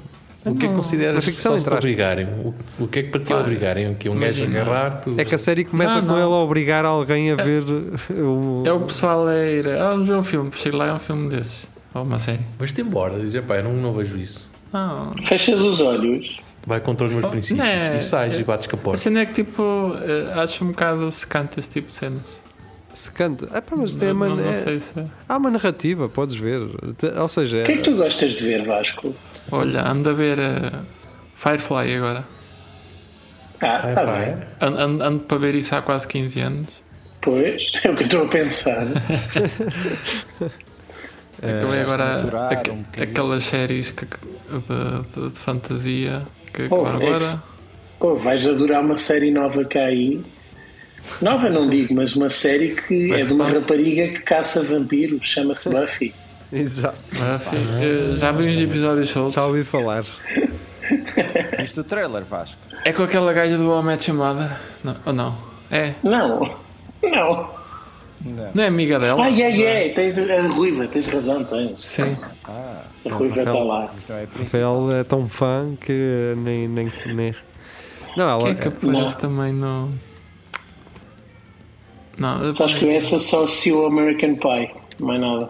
D: O que é que consideras
B: Mas
D: que
B: ficção,
D: só se te
B: entre aspas.
D: obrigarem? O, o que é que para ti
C: Pá,
D: obrigarem? Que um gajo
C: imagina.
D: agarrar, tu.
B: É que a série começa
C: Não,
B: com
C: não.
B: ele a obrigar alguém a ver eh, o.
C: É o pessoal a ir. Ah, vamos ver um filme. Chego lá é um filme desses. Ou uma série.
D: Mas-te embora, dizer, pá, eu não, não vejo isso.
C: Ah,
F: Fechas os olhos.
D: Vai contra
B: Oh,
D: os meus princípios.
C: né?
D: E sais e bates com a
B: Assim,
C: a
D: porta.
C: cena é que tipo. eh, Acho um bocado secante esse tipo de cenas.
B: Se canta. Ah, pá, mas tem
C: Não,
B: uma,
C: não, não
B: é-
C: sei se.
B: há uma narrativa, podes ver. Te- Ou seja,
F: O que é que tu gostas de ver, Vasco?
C: Olha, anda a ver eh, Firefly agora.
F: Ah,
D: Vai,
F: está
D: vai.
F: bem.
C: Ando, ando- ando para ver isso há quase 15 anos.
F: Pois, é o que eu estou a pensar.
C: Então é agora
E: maturar
C: aqu-
E: um bocadinho.
C: aquelas séries que- que- de, de- de fantasia que
F: Oh,
C: acabaram
F: é
C: agora.
F: que se- oh, vais adorar uma série nova que há aí. Nova não digo, mas uma série que
C: Como é
F: é
C: que
F: de
C: se
F: uma
C: passa?
F: rapariga que caça vampiros, chama-se Buffy.
B: Exato.
C: Ah, fi-
F: é
C: eh, já vi uns episódios
B: Já
C: soltos.
B: ouvi falar.
E: Viste o trailer, Vasco?
C: É com aquela gaja do Homem de Chamada? Não, ou não? É.
F: Não, não.
C: Não é amiga dela?
F: Ah, é, é, tens a Ruiva, tens razão, tens.
C: Sim.
F: A Ruiva está lá.
E: Isto não é
B: Rafael é tão fã que nem, nem, nem Não, ela,
C: Quem é que aparece também no. Não, eh,
F: Sabes é que eu essa só se o American Pie, mais nada.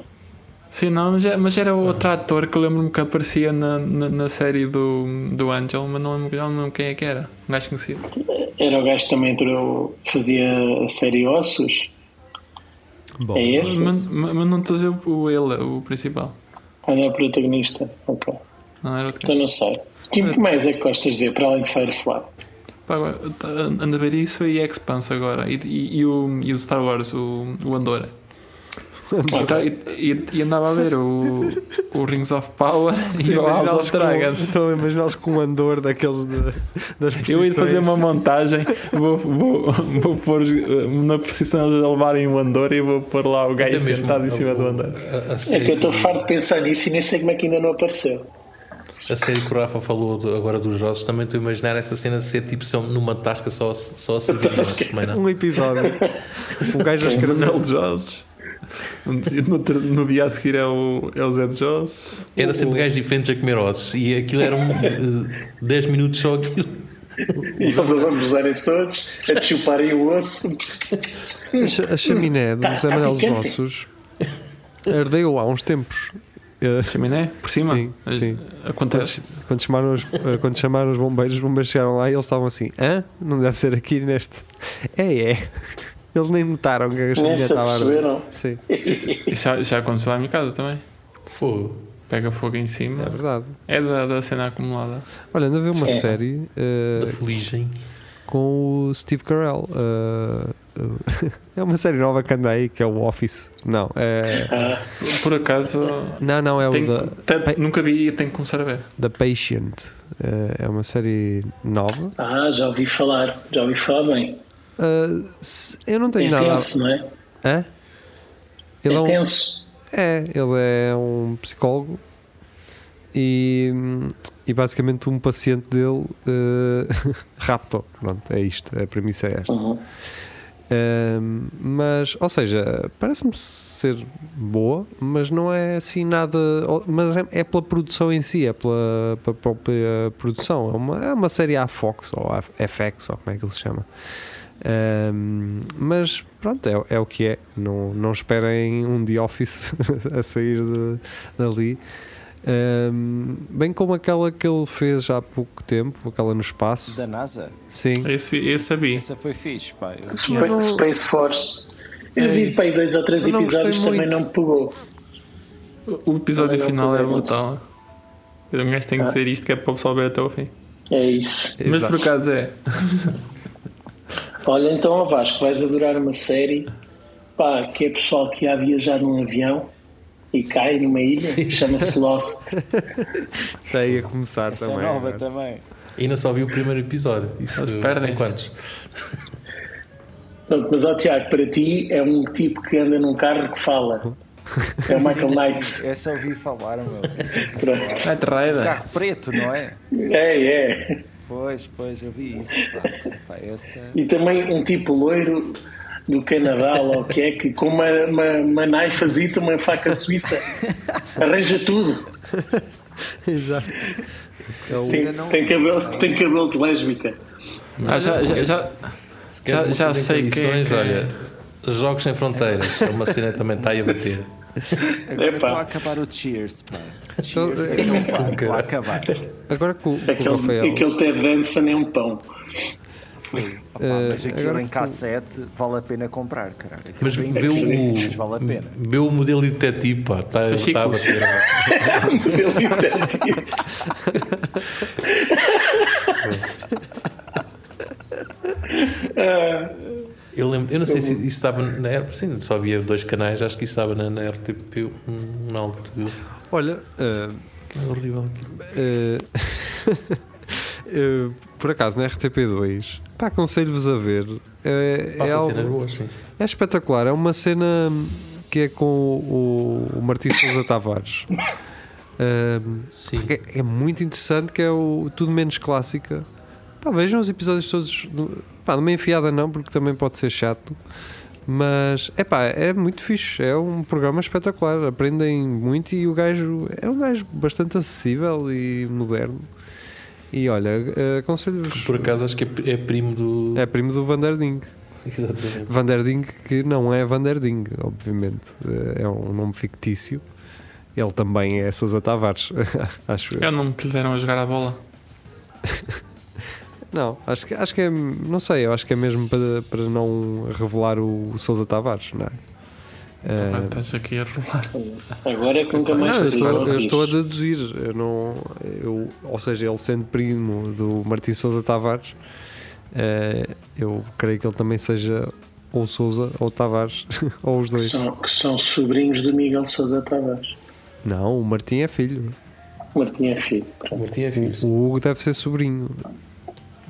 C: Sim, não, mas, é- mas era outro ator que eu lembro-me que aparecia na, na, na série do, do Angel, mas não lembro, não lembro quem é que era. Um gajo conhecido.
F: Era o gajo que também entrou, fazia a série Ossos.
B: Bom,
F: É
C: Mas,
F: esse?
C: mas- mas não estou a dizer o, o ele, o principal.
F: Olha o protagonista. Ok.
C: Não era outro.
F: Então não sei. Que que mais é que gostas de ver para além de Firefly?
C: Pá, agora, tá- Ando a ver isso e é Expanse agora. E, e, e o, e o Star Wars, o, o Andorra. E, tá- e- e- e andava a ver o, o Rings of Power (laughs) e o House of Dragons.
B: Estão a imaginar-los com um andor daqueles de, das
C: Eu ia
B: precisões.
C: fazer uma montagem, vou, vou, vou pôr os- na precisão eles a levarem o Andor e vou pôr lá o gajo
D: Até mesmo
C: sentado em cima
D: a-
C: do Andor.
D: a- a
F: É
D: série
F: que eu estou farto de pensar nisso e nem sei como é que ainda não apareceu.
D: A série que o Rafa falou do- agora dos ossos, também estou a imaginar essa cena de ser tipo são numa tasca só, só a servir ossos, também não.
B: Um episódio. um gajo a escrever.
C: Manuel de Joses. No, outro- no dia a seguir é o, é o Zé de Joses.
D: Era sempre gajos diferentes a comer ossos e aquilo eram eh, 10 minutos só aquilo.
F: E eles abusarem-se todos, a te chuparem o osso.
B: A cha- A chaminé do
F: Tá-
B: José
F: tá
B: Manuel dos
F: picante.
B: Ossos ardeu há uns tempos. Eh,
C: Chaminé, por cima?
B: Sim, sim.
C: Acontece.
B: Quando chamaram, os, eh, quando chamaram os bombeiros, os bombeiros chegaram lá e eles estavam assim: hã? Não deve ser aqui neste. É, é. Eles nem notaram que a chaminé
F: se
B: estava a arder.
F: aperceberam.
B: Sim,
C: Já, já aconteceu lá em minha casa também.
D: Fogo.
C: Pega fogo em
B: é
C: cima.
B: verdade.
C: É da, da cena acumulada.
B: Olha, anda a ver uma
F: Sim.
B: série eh,
D: Da fuligem.
B: com o Steve Carell. eh, eh, (laughs) é uma série nova que anda aí, que é o Office. Não, é,
F: Ah,
C: Por acaso,
B: não, não, é o
C: tenho-
B: da,
C: te- nunca vi e tenho que começar a ver.
B: da Patient. Eh, é uma série nova.
F: ah, já ouvi falar, já ouvi falar bem.
B: Uh, se- eu não tenho
F: É
B: nada.
F: tenso, não é?
B: Hã? Ele é,
F: É
B: um,
F: tenso.
B: é, ele é um psicólogo e, hum, e basicamente um paciente dele (laughs) uh, raptou. Pronto, é isto, a premissa é esta.
F: Uhum.
B: Um, mas, ou seja, parece-me ser boa, mas não é assim nada. ou- Mas é, é pela produção em si, é pela, pela própria produção. É uma, é uma série à Fox ou à FX, ou como é que ele se chama. Um, mas pronto, é, é o que é. Não, não esperem um The Office (laughs) a sair de- dali. Um, bem como aquela que ele fez há pouco tempo, aquela no espaço.
E: Da NASA?
B: Sim.
C: Esse, esse sabia. Ah,
E: Essa foi fixe, pá. Eu tinha-
F: Spa- Space Force. Eu
B: É
F: vi
B: isso.
F: para aí dois ou três
B: Eu não gostei
F: episódios, também
B: muito.
F: não me pegou.
C: O episódio
F: Também não
C: final é
F: podemos.
C: brutal. Um gajo tem que dizer isto que é para o pessoal ver até ao fim.
F: É isso.
C: Mas por acaso é.
F: Olha, então, ó Vasco, vais adorar uma série pá, que é pessoal que ia viajar num avião e cai numa ilha, chama-se Lost.
B: Está aí a começar
E: Essa é
B: também.
E: nova
C: né?
B: não é?
E: também.
D: Ainda só vi o primeiro episódio. Isso
C: Eles perdem-se.
D: tem quantos?
F: Pronto, mas, ó Tiago, para ti é um tipo que anda num carro que fala. É o Michael
E: Sim,
F: Knight.
E: sim, Essa eu ouvi falar, meu. Essa eu ouvi
F: Pronto.
E: falar.
C: Knight Rider.
E: Carro preto, não é?
F: É, é.
E: Pois, pois, eu vi isso, pá. Pá, Tá, é- essa...
F: E também um tipo loiro do Canadá, lá o que é, que com uma, uma, uma naifazita, uma
B: (laughs)
F: faca suíça, arranja tudo.
B: Exato.
E: essa
F: Tem,
E: ainda não
F: Então, tem
E: vi,
F: cabelo,
E: sabe?
F: tem cabelo de lésbica.
C: Ah, já, já, já,
D: Se
C: Já-
D: quer uma
C: já
D: coisa em
C: sei quem é
D: condições,
C: que é.
D: Olha, Jogos Sem Fronteiras. É uma cena que também está aí a bater.
E: Agora
F: Epá.
E: estou a acabar o Cheers, pá.
B: Então,
E: Cheers,
B: é-
E: aquele pá, estou a acabar.
B: Agora com, com o
F: Aquele,
B: Rafael.
F: aquele Ted Danson é um pão. (laughs)
E: Foi. Opá,
B: Eh,
E: mas aquilo
B: agora
E: em cassete vale a pena comprar, cara. Aquilo
D: Mas
E: vem
D: vê
E: em
D: o-
E: discos, Vale a pena.
D: Vê o modelo de detetive, pá. Está está a bater.
F: Ele invertia.
D: Eu lembro, eu não sei se isso estava na RTP, sim, só havia dois canais, acho que isso estava na, na RTP, hum, na altura.
B: Olha, ah,
D: Que é horrível aquilo.
B: Eh, (laughs) eh, por acaso na RTP2 pá, aconselho-vos a ver é, é,
D: Passa
B: algo-
D: cenas boas, sim.
B: é espetacular, é uma cena que é com o, o Martins Sousa Tavares Ahm,
D: Sim.
B: é, é muito interessante que é o tudo menos clássica pá, vejam os episódios todos do- pá, numa enfiada não, porque também pode ser chato mas é pá, é muito fixe, é um programa espetacular, aprendem muito e o gajo é um gajo bastante acessível e moderno E olha, eh, aconselho-vos.
D: Por acaso acho que é, é primo do.
B: É primo do Vanderding.
D: Exatamente.
B: Vanderding, que não é Vanderding, obviamente. Eh, É um nome fictício. Ele também é Sousa Tavares, (laughs) acho eu.
C: Eu não me quiseram a jogar a bola.
B: Não, acho que, acho que é. Não sei, eu acho que é mesmo para, para não revelar o Sousa Tavares, não é?
C: Agora
B: Eh,
C: Estás aqui a rolar.
F: Agora é que nunca mais
B: Não, eu
F: se
B: estou,
F: ligou
B: eu
F: ao
B: estou a
F: risco.
B: deduzir. Eu não, eu, ou seja, ele sendo primo do Martim Sousa Tavares, eh, eu creio que ele também seja ou Sousa ou Tavares, (laughs) ou os
F: que
B: dois.
F: são, que são sobrinhos do Miguel Sousa Tavares.
B: Não, o Martim é filho.
F: Martim é filho.
D: O Martim é filho.
B: O Hugo deve ser sobrinho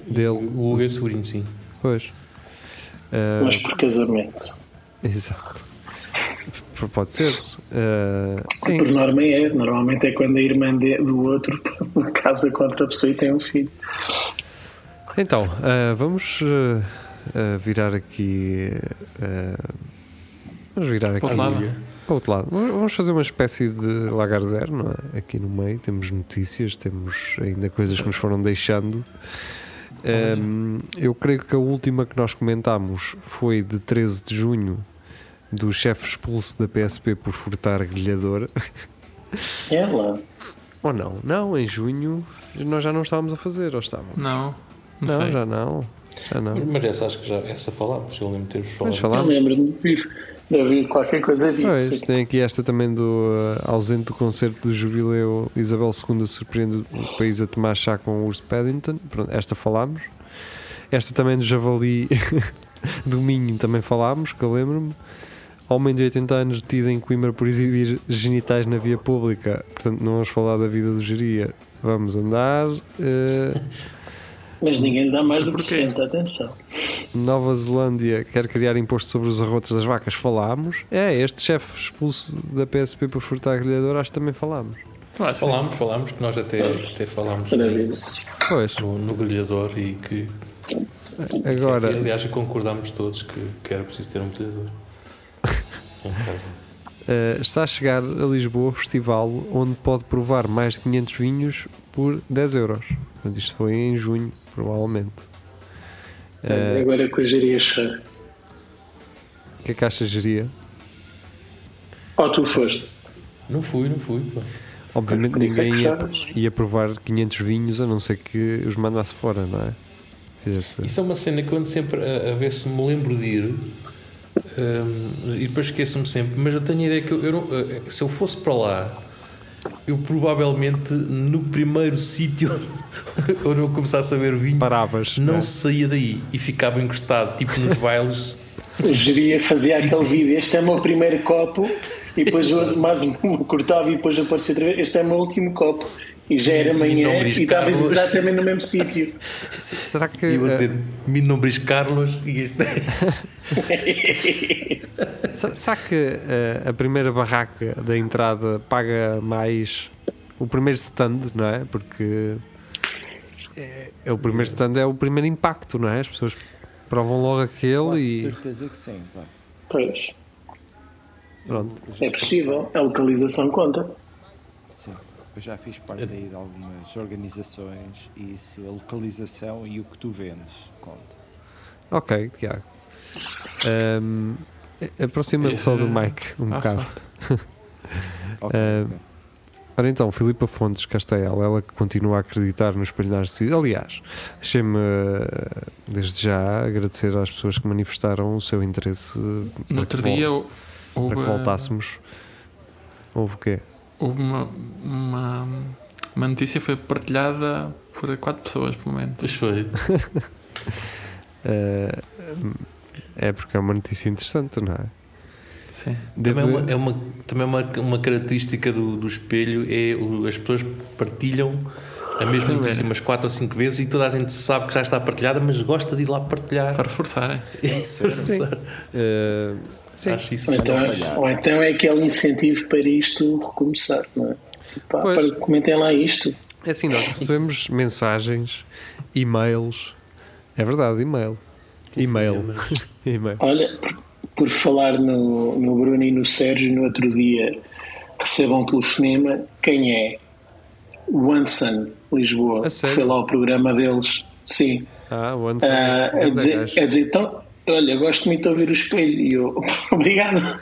B: dele.
D: O Hugo é sobrinho, sim.
B: Pois. Eh,
F: Mas por casamento.
B: (laughs) Exato. P- Pode ser. Eh, sim.
F: Por norma é. Normalmente é quando a irmã de- do outro (laughs) casa com outra pessoa e tem um filho.
B: Então, ah, vamos ah, ah, virar aqui. ah, vamos virar aqui.
C: Para o outro lado.
B: Para o outro lado. Vamos vamos fazer uma espécie de lagardère, não é? Aqui no meio temos notícias, temos ainda coisas que nos foram deixando. Ahm, eu creio que a última que nós comentámos foi de 13 de junho, do chefe expulso da PSP por furtar grelhadora.
F: É lá.
B: (laughs) Ou não? Não, em junho nós já não estávamos a fazer, ou estávamos?
C: Não, não,
B: Não,
C: sei.
B: já não. Já não.
D: Mas essa acho que já essa falámos, eu lembro de termos falado.
B: Mas
F: Eu
B: falámos.
F: lembro-me de vir- de ouvir qualquer coisa
B: Pois,
F: disso.
B: tem aqui esta também do ah, ausente do concerto do Jubileu Isabel II surpreende o país a tomar chá com o urso Paddington. Pronto, esta falámos. Esta também do Javali (laughs) do Minho também falámos, que eu lembro-me. Homem de 80 anos detido em Coimbra por exibir genitais na via pública. Portanto, não vamos falar da vida do Geria. Vamos andar. Ah,
F: Mas ninguém lhe dá mais do que
C: Porquê?
F: 60, atenção.
B: Nova Zelândia quer criar imposto sobre os arrotos das vacas, falámos. É, este chefe expulso da PSP por furtar a grelhadora, acho que também falámos.
C: Lá, sim.
D: Falámos, falámos que nós até, até falámos
F: Maravilha.
B: Pois,
D: no, no grelhador e que, que,
B: agora,
D: aliás, concordámos todos que, que era preciso ter um grelhador. É um em casa.
B: eh, está a chegar a Lisboa o festival onde pode provar mais de 500 vinhos por 10 euros. Portanto, isto foi em junho, provavelmente. Eh,
F: Agora que eu geria achar.
B: O que é que achas, geria?
F: Ou tu foste.
D: Não fui, não fui. pá.
B: Obviamente
F: Por isso é que
B: ninguém ia,
F: sabes.
B: ia provar 500 vinhos, a não ser que os mandasse fora, não é? Fizesse-
D: Isso é uma cena que eu ando sempre a, a ver se me lembro de ir hum, e depois esqueço-me sempre, mas eu tenho a ideia que eu, eu não- eh, se eu fosse para lá, eu provavelmente no primeiro (laughs) sítio onde eu começasse a ver vinho,
B: Paravas.
D: não
B: é?
D: saía daí e ficava encostado, tipo nos bailes.
F: Eu geria fazia aquele vídeo. Este é o meu primeiro copo. E depois o outro mais um (laughs) cortava e depois aparecia outra vez. Este é o meu último copo. E já era
D: não
F: manhã e
D: briscar
F: estavas
D: hoje.
F: exatamente no mesmo sítio.
B: Se- Será que.
D: E eu a
B: eh,
D: dizer, me nombres Carlos e este. é.
B: Sa- Será que eh, a primeira barraca da entrada paga mais o primeiro stand, não é? Porque é, é o primeiro stand é o primeiro impacto, não é? As pessoas provam logo aquele
E: Quase
B: e
E: certeza que sim. pá.
F: Pois.
B: pronto.
F: É possível. A localização conta.
E: Sim. Eu já fiz parte aí de algumas organizações e isso, a localização e o que tu vendes conta.
B: Ok, Tiago. Ahm, Aproxima-te só do Mike um
C: Ah,
B: bocado.
C: só.
E: Ok,
B: Eh,
E: ok.
B: Ora então, Filipa Fontes Castellal, ela que continua a acreditar nos palhares de Sidra. Aliás, deixem-me eh, desde já agradecer às pessoas que manifestaram o seu interesse eh,
C: No
B: para que
C: outro
B: vol-
C: dia hou- houve,
B: para
D: eh,
B: que voltássemos. Houve o quê?
C: houve uma, uma, uma notícia que foi partilhada por quatro pessoas, pelo menos.
D: (laughs) Pois foi.
B: Eh, é porque é uma notícia interessante, não é?
C: Sim.
B: Devo-
D: Também, é uma, é uma- também é uma, uma característica do, do espelho é o- as pessoas partilham a mesma
C: Sim,
D: notícia
C: é.
D: umas 4 ou 5 vezes e toda a gente sabe que já está partilhada, mas gosta de ir lá partilhar. é
C: Para reforçarem.
D: (laughs)
B: Sim. Eh, sim.
D: Acho isso.
F: Ou então,
E: falhar.
F: ou então é aquele incentivo para isto recomeçar, não é? Pá,
B: Pois.
F: para- comentem lá isto.
B: É assim, nós recebemos mensagens, e-mails. É verdade, e-mail. E-mail. (laughs) E-mail.
F: Olha, por, por falar no, no Bruno e no Sérgio, no outro dia recebam um telefonema, quem é? One Sun Lisboa.
B: A sério?
F: Foi lá o programa deles. Sim.
B: Ah, o Anderson.
F: Ah,
B: é
F: a,
B: grande
F: dizer,
B: gajo.
F: a dizer, então, olha, gosto muito de ouvir o espelho. E eu, (laughs) obrigado.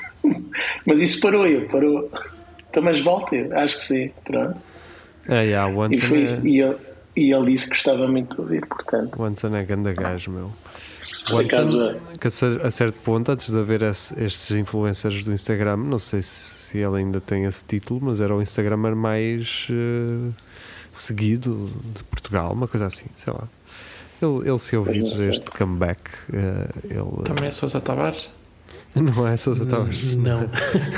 F: Mas isso parou eu, parou. Então, mas volta, eu, acho que sim. Pronto.
B: Ah, yeah, o
F: E
B: Anderson
F: foi isso.
B: é,
F: E ele, e ele disse que gostava muito de ouvir, portanto.
B: o Anderson é grande gajo, meu. O
F: Por acaso, é.
B: Anderson, que a cer- a certo ponto, antes de haver esse- estes influencers do Instagram, não sei se, se ele ainda tem esse título, mas era o Instagrammer mais eh, seguido de Portugal, uma coisa assim, sei lá. Ele, ele se ouviu
F: não sei.
B: deste comeback, eh, ele,
C: Também é Sousa Tavares.
B: (laughs) Não é Sousa Tavares.
D: Não.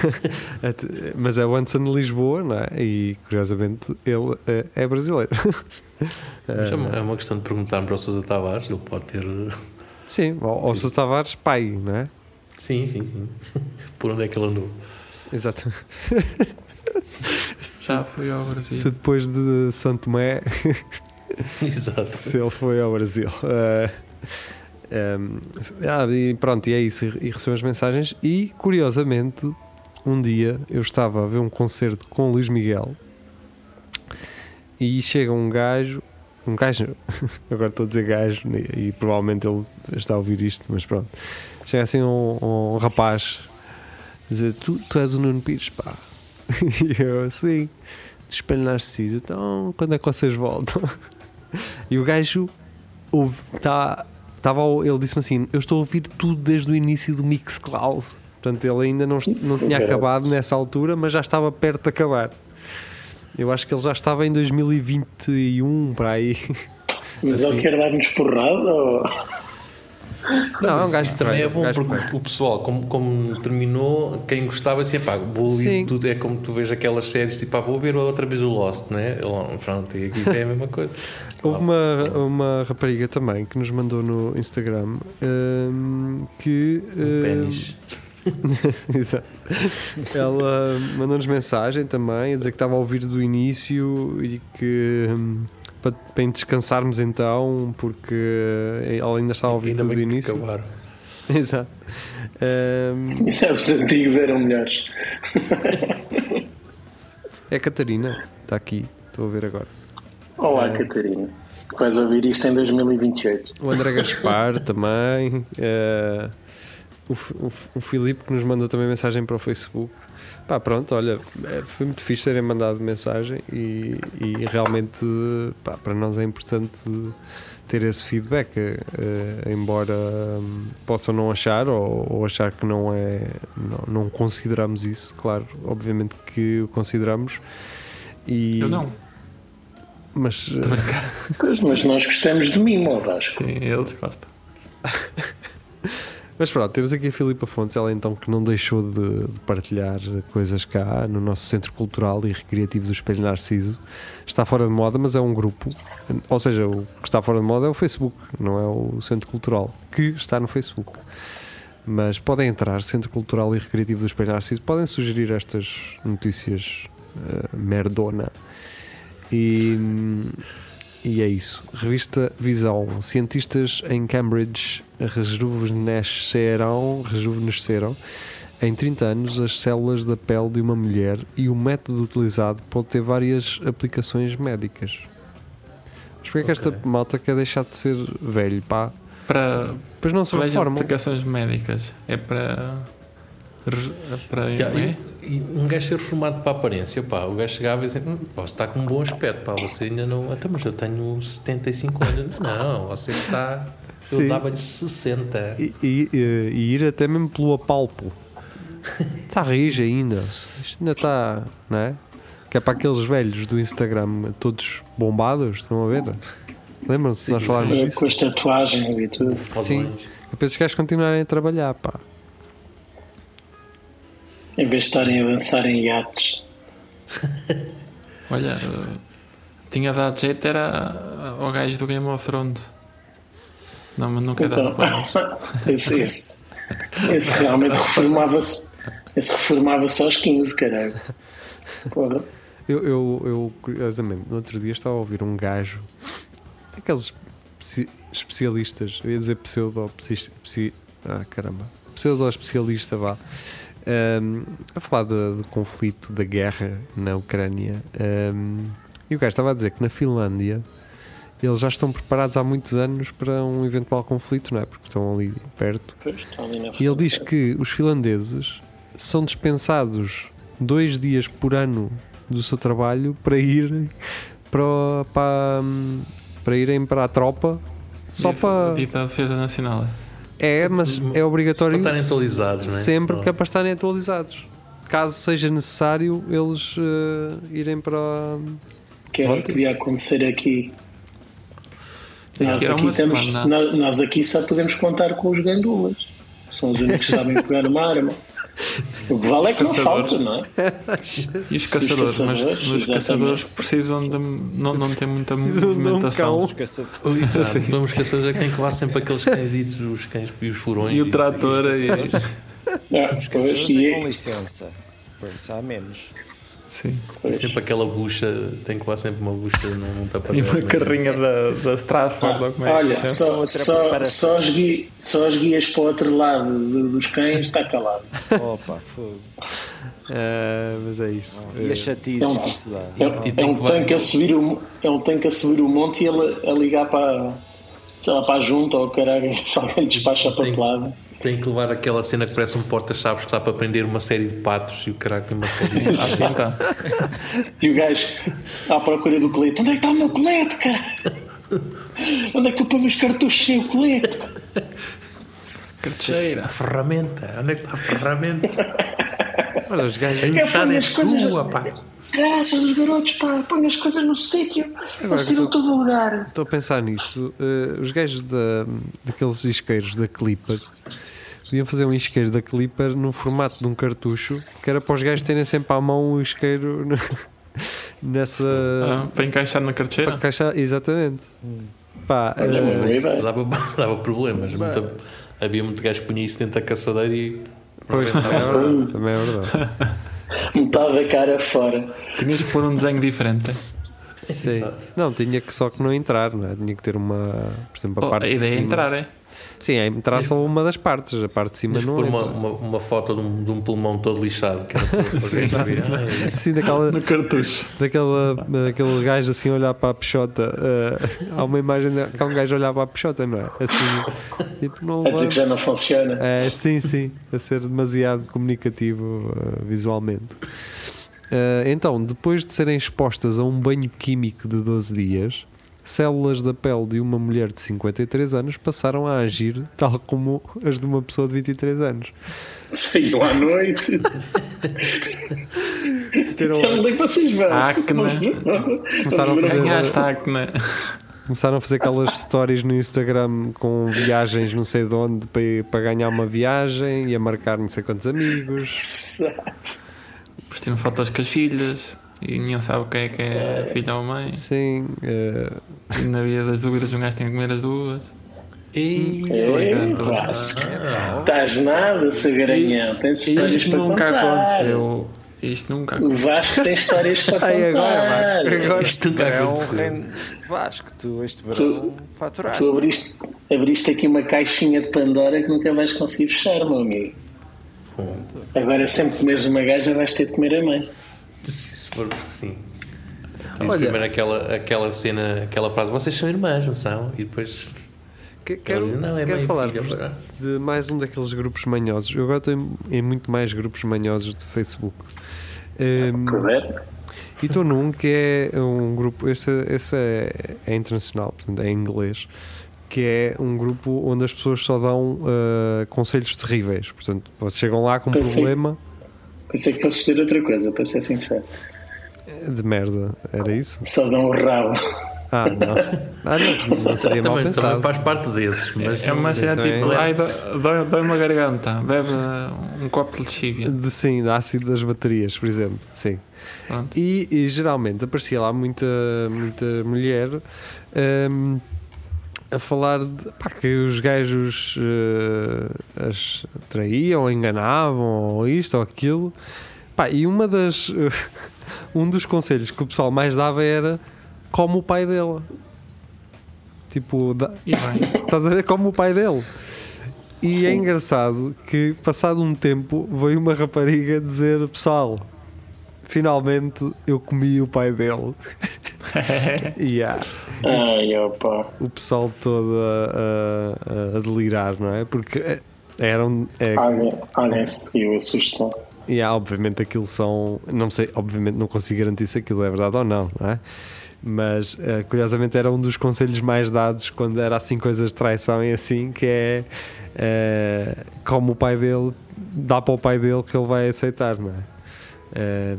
B: (laughs) Até- Mas é o Anderson de Lisboa, não é? E curiosamente ele eh, é brasileiro. (laughs)
D: Mas é uma- é uma questão de perguntar para o Sousa Tavares, ele pode ter. (laughs)
B: Eh, Sim, ou, ou Sousa Tavares, pai, não é?
D: Sim, sim, sim. (laughs) Por onde é que ele andou? (laughs)
B: Exato.
C: Já foi ao
B: Se
C: Brasil.
B: depois de Santo Tomé,
D: Exato.
B: se ele foi ao Brasil. (laughs) Eh, ehm, ah, e pronto, e é isso. E recebo as mensagens. E curiosamente, um dia eu estava a ver um concerto com o Luís Miguel e chega um gajo, um gajo, (laughs) agora estou a dizer gajo né, e, e provavelmente ele está a ouvir isto, mas pronto. Chega assim um, um rapaz dizer: tu, tu és o Nuno Pires, pá. (laughs) E eu assim, de espelho narciso, então quando é que vocês voltam? E o gajo ouve, tá, tava, ao- ele disse-me assim: Eu estou a ouvir tudo desde o início do Mixcloud. Portanto, ele ainda não, est- não tinha acabado nessa altura, mas já estava perto de acabar. Eu acho que ele já estava em 2021 para aí. (laughs)
F: mas
B: Assim.
F: ele quer dar-nos porrada? Ou... (laughs)
B: Não, é um gajo
D: Isso também
B: estranho,
D: é bom
B: gajo
D: porque o pessoal, como, como terminou, quem gostava disse: pá, vou ouvir
B: Sim.
D: tudo. É como tu vês aquelas séries, tipo, pá, vou ver outra vez o Lost, né? Lá, Pronto, e aqui é a
B: (laughs)
D: mesma coisa.
B: Houve uma, uma rapariga também que nos mandou no Instagram hum, que.
D: Eh,
B: hum,
D: Pênis.
B: (laughs) Exato. Ela hum, mandou-nos mensagem também a dizer que estava a ouvir do início e que hum, para, para descansarmos então, porque eh, ela ainda estava a ouvir
D: Ainda
B: tudo do
D: bem que
B: início.
D: acabaram.
B: (laughs) Exato. Hum,
F: Isso é, os antigos eram melhores.
B: é a Catarina, está aqui, estou a ver agora.
F: Olá, Catarina. Vais ouvir isto em 2028.
B: O André Gaspar também. eh, o, F- o, F- o Filipe que nos mandou também mensagem para o Facebook. Pá, pronto, olha, eh, foi muito fixe terem mandado mensagem e, e realmente pá, para nós é importante ter esse feedback, eh, eh, embora hum, possam não achar ou, ou achar que não é, não, não consideramos isso, claro, obviamente que o consideramos. E,
C: Eu não.
B: Mas eh,
F: Pois, mas nós gostamos de mim, ó Vasco.
C: Sim, eles gostam.
B: Mas pronto, temos aqui a Filipa Fontes, ela então que não deixou de, de partilhar coisas cá no nosso Centro Cultural e Recreativo do Espelho Narciso. Está fora de moda, mas é um grupo. Ou seja, o que está fora de moda é o Facebook, não é o Centro Cultural, que está no Facebook. Mas podem entrar, Centro Cultural e Recreativo do Espelho Narciso, podem sugerir estas notícias eh, merdona. E. E é isso. Revista Visão. Cientistas em Cambridge rejuvenesceram, rejuvenesceram em 30 anos as células da pele de uma mulher e o método utilizado pode ter várias aplicações médicas. Mas porquê é que esta malta quer deixar de ser velho, pá?
C: Para
B: Pois não se
C: vejam
B: reformam.
C: aplicações médicas. É para. re- para
D: Yeah,
C: não é?
D: e, e um gajo ser reformado para a aparência, pá, o gajo chegava e dizia: hum, pá, você está com um bom aspecto, pá, você ainda não. Até, mas eu tenho 75 anos. Não, não, você está.
B: Sim.
D: Eu dava-lhe 60.
B: E, e- e- e ir até mesmo pelo apalpo. Está rijo ainda. Isto ainda está, não é? Que é para aqueles velhos do Instagram, todos bombados, estão a ver? Lembram-se de nós falarmos
F: Eh,
B: disso?
F: Com as tatuagens e tudo.
B: Sim. É para esses gajos continuarem a trabalhar, pá.
F: Em vez de estarem a dançar em iates.
C: Olha, eh, tinha dado jeito era ao gajo do Game of Thrones. Não, mas nunca dá
F: Então,
C: spoiler.
F: (laughs) esse, esse, esse realmente reformava-se. Esse reformava-se aos 15, caralho. Porra.
B: Eu, eu, eu, curiosamente, no outro dia estava a ouvir um gajo, aqueles psi- especialistas, eu ia dizer pseudo psi- psi- ah, caramba, pseudo-especialista, vá, hum, ahm, a falar do, do conflito, da guerra na Ucrânia, ahm, hum, E o gajo estava a dizer que na Finlândia eles já estão preparados há muitos anos para um eventual conflito, não é? Porque estão ali perto.
F: Pois, está ali na
B: E ele
F: fronteira.
B: diz que os finlandeses são dispensados dois dias por ano do seu trabalho para ir para, o- para, para irem para a tropa só
C: Dita-
B: para
C: Dita a defesa nacional.
B: é mas é
D: Para
B: obrigatório
D: estarem
B: isso
D: atualizados, não é?
B: sempre
D: Só-
B: que é para estarem atualizados caso seja necessário eles eh, irem para
F: que era o
B: Ontem.
F: que devia acontecer aqui.
C: Aqui
F: Nós
C: era
F: aqui,
C: uma
F: temos-
C: semana.
F: nós- nós aqui só podemos contar com os gandulas. São os únicos que sabem pegar uma arma. O que vale é que não
C: Caçadores.
F: falta, não é?
C: E os caçadores, mas mas
F: caçadores,
C: os
F: exatamente.
C: caçadores precisam de. Não, não tem muita
B: Precisam de um
C: movimentação.
B: cão.
E: Os caça-
D: Exato.
C: Sim.
D: Vamos esquecer é que tem que levar sempre aqueles cãezitos, os cães e os furões.
C: e o trator
E: os
C: aí.
E: caçadores-
F: Ah,
E: Os
F: pois,
E: caçadores
F: e-
E: é com licença. Pensa há menos.
C: Sim.
D: E sempre aquela bucha, tem que levar sempre uma bucha num, num tapa
C: E uma carrinha da, da Stratford, ou como é que
F: Ah, Olha,
C: se chama?
F: só,
E: Outra
F: só,
E: preparação.
F: só, os guias, só os guias para o outro lado do- dos cães está calado.
E: Opa, fogo.
B: mas é isso
E: E a chatice
F: Então,
E: que isso dá.
F: É,
D: E
F: é
D: tem
F: um
D: que levar-
F: tanque a subir o, é um tanque a subir o monte e ele a ligar para, sei lá, para a junta ou caralho, (laughs) se alguém despacha a
D: Tem-
F: papelada.
D: Tem que levar aquela cena que parece um porta-chaves que dá para prender uma série de patos e o caralho tem uma série (laughs) de
C: Ah, sim, tá.
F: E o gajo à procura do colete. Onde é que está o meu colete, cara? (laughs) Onde é que eu ponho os cartuchos sem o colete?
D: A ferramenta, onde é que está a
C: (laughs)
D: ferramenta?
B: olha os
C: É
B: gajos
F: Eu ponho as coisas.
D: Tua, é pá.
F: Graças dos garotos, pá, ponho as coisas no sítio. Eles
B: que
F: tiram
B: tu-
F: todo o lugar.
B: Estou a pensar nisso. Eh, os gajos da, daqueles isqueiros da Clipper podiam fazer um isqueiro da Clipper no formato de um cartucho que era para os gajos terem sempre à mão um isqueiro no- nessa
C: Ah, Hum. para encaixar na carteira?
B: caixa. Exatamente. Pá, eh,
F: Olha, É boa
D: Isso
F: ideia.
D: (laughs) Dava, dava problemas. Muita- havia muito gajo que punha isso dentro da caçadeira e.
B: pois,
D: (laughs)
B: também é verdade. Também é verdade.
F: Metade da cara fora.
C: Tinhas de pôr um desenho diferente.
B: Sim. Não, tinha que só que não entrar, não é? Tinha que ter uma. Por exemplo, a
C: Oh, a
B: parte. de
C: ideia é
B: cima.
C: entrar, é?
B: Sim, é entrar só uma das partes. A parte de cima
D: Mas
B: não.
D: pôr uma,
B: entra.
C: então.
D: uma, uma foto de um, de um pulmão todo lixado.
C: (laughs)
D: Que era para- para os gajos verem, "Ah,
B: Assim, daquela.
C: No cartucho.
B: daquela, daquele gajo assim a olhar para a peixota. eh, há uma imagem de, que há um gajo a olhar para a peixota, não é? Assim, tipo, não
F: A dizer que
B: leva-
F: já não funciona.
B: É, sim, sim, a ser demasiado comunicativo eh, visualmente. Eh, então, depois de serem expostas a um banho químico de 12 dias, células da pele de uma mulher de 53 anos passaram a agir tal como as de uma pessoa de 23 anos.
F: Saiu à noite.
B: Teram-
F: Eu não que vocês vão.
C: A acne.
B: Ah, Começaram a
F: Vamos ver.
B: fazer-
C: Ganhaste a acne.
B: Começaram a fazer
F: (laughs)
B: aquelas stories no Instagram com viagens não sei de onde para, ir- para ganhar uma viagem e a marcar não sei quantos amigos.
C: Depois tiram fotos com as filhas e ninguém sabe quem é que é filha ou mãe.
B: Sim, eh,
C: E na via das dúvidas um gajo tem que comer as duas.
D: Ei,
C: Obrigado.
F: Ei, pá. Estás nada, Sagaranhão. Tens histórias
C: Isto
F: para
C: nunca
F: contar.
C: aconteceu. Isto nunca
F: O
C: aconteceu.
F: Vasco tem
B: (laughs)
F: histórias para
B: Ai, agora,
F: contar.
B: Vasco, agora.
D: Isto nunca
E: É um
D: aconteceu.
E: reino Vasco, tu este verão faturaste.
F: Tu abriste, abriste aqui uma caixinha de Pandora que nunca vais conseguir fechar, meu amigo. Agora, sempre que comeres uma gaja, vais ter de comer a mãe.
D: Se isso for sim. Diz primeiro aquela, aquela cena, aquela frase, vocês são irmãs, não são? E depois.
B: que- quero,
D: Eles dizem, "Não, é
B: quero
D: bem
B: falar
D: filha, verdade."
B: de mais um daqueles grupos manhosos. Eu agora estou em, em muito mais grupos manhosos de Facebook.
F: Ah,
B: Ehm,
F: Correto?
B: E estou num que é um grupo, esse, esse é, é internacional, portanto é em inglês, que é um grupo onde as pessoas só dão ah, conselhos terríveis. Portanto, vocês chegam lá com um
F: Pois sim.
B: problema
F: Pensei é que fosse ter outra coisa, para ser sincero.
B: eh, de merda, era isso?
F: Só dá um rabo.
B: Ah, não. Ah, não, não seria mal
D: Também, também
B: pensado.
D: faz parte desses, mas.
C: É uma cena
B: Também-
C: tipo, ai, dói- dói- dói-me a garganta, bebe uh, um copo de lexívia.
B: De, sim, de ácido das baterias, por exemplo. Sim.
C: Pronto.
B: E, e geralmente aparecia lá muita, muita mulher hum, a falar de, pá, que os gajos eh, as traíam, enganavam, ou isto ou aquilo. Pá, e uma das. (laughs) um dos conselhos que o pessoal mais dava era como o pai dela. Tipo, da-
C: E bem,
B: Estás a ver como o pai dele. E é engraçado que, passado um tempo, veio uma rapariga dizer: Pessoal, finalmente eu comi o pai dele. Yeah.
F: Ai, opa.
B: O pessoal todo a, a- a delirar, não é? Porque eh, eram. É,
F: Alguém, alguém seguiu a sugestão.
B: E há, obviamente aquilo são. Não sei, obviamente não consigo garantir se aquilo é verdade ou não, não é? Mas eh, curiosamente era um dos conselhos mais dados quando era assim coisas de traição e assim, que é eh, como o pai dele dá para o pai dele que ele vai aceitar, não é? Eh,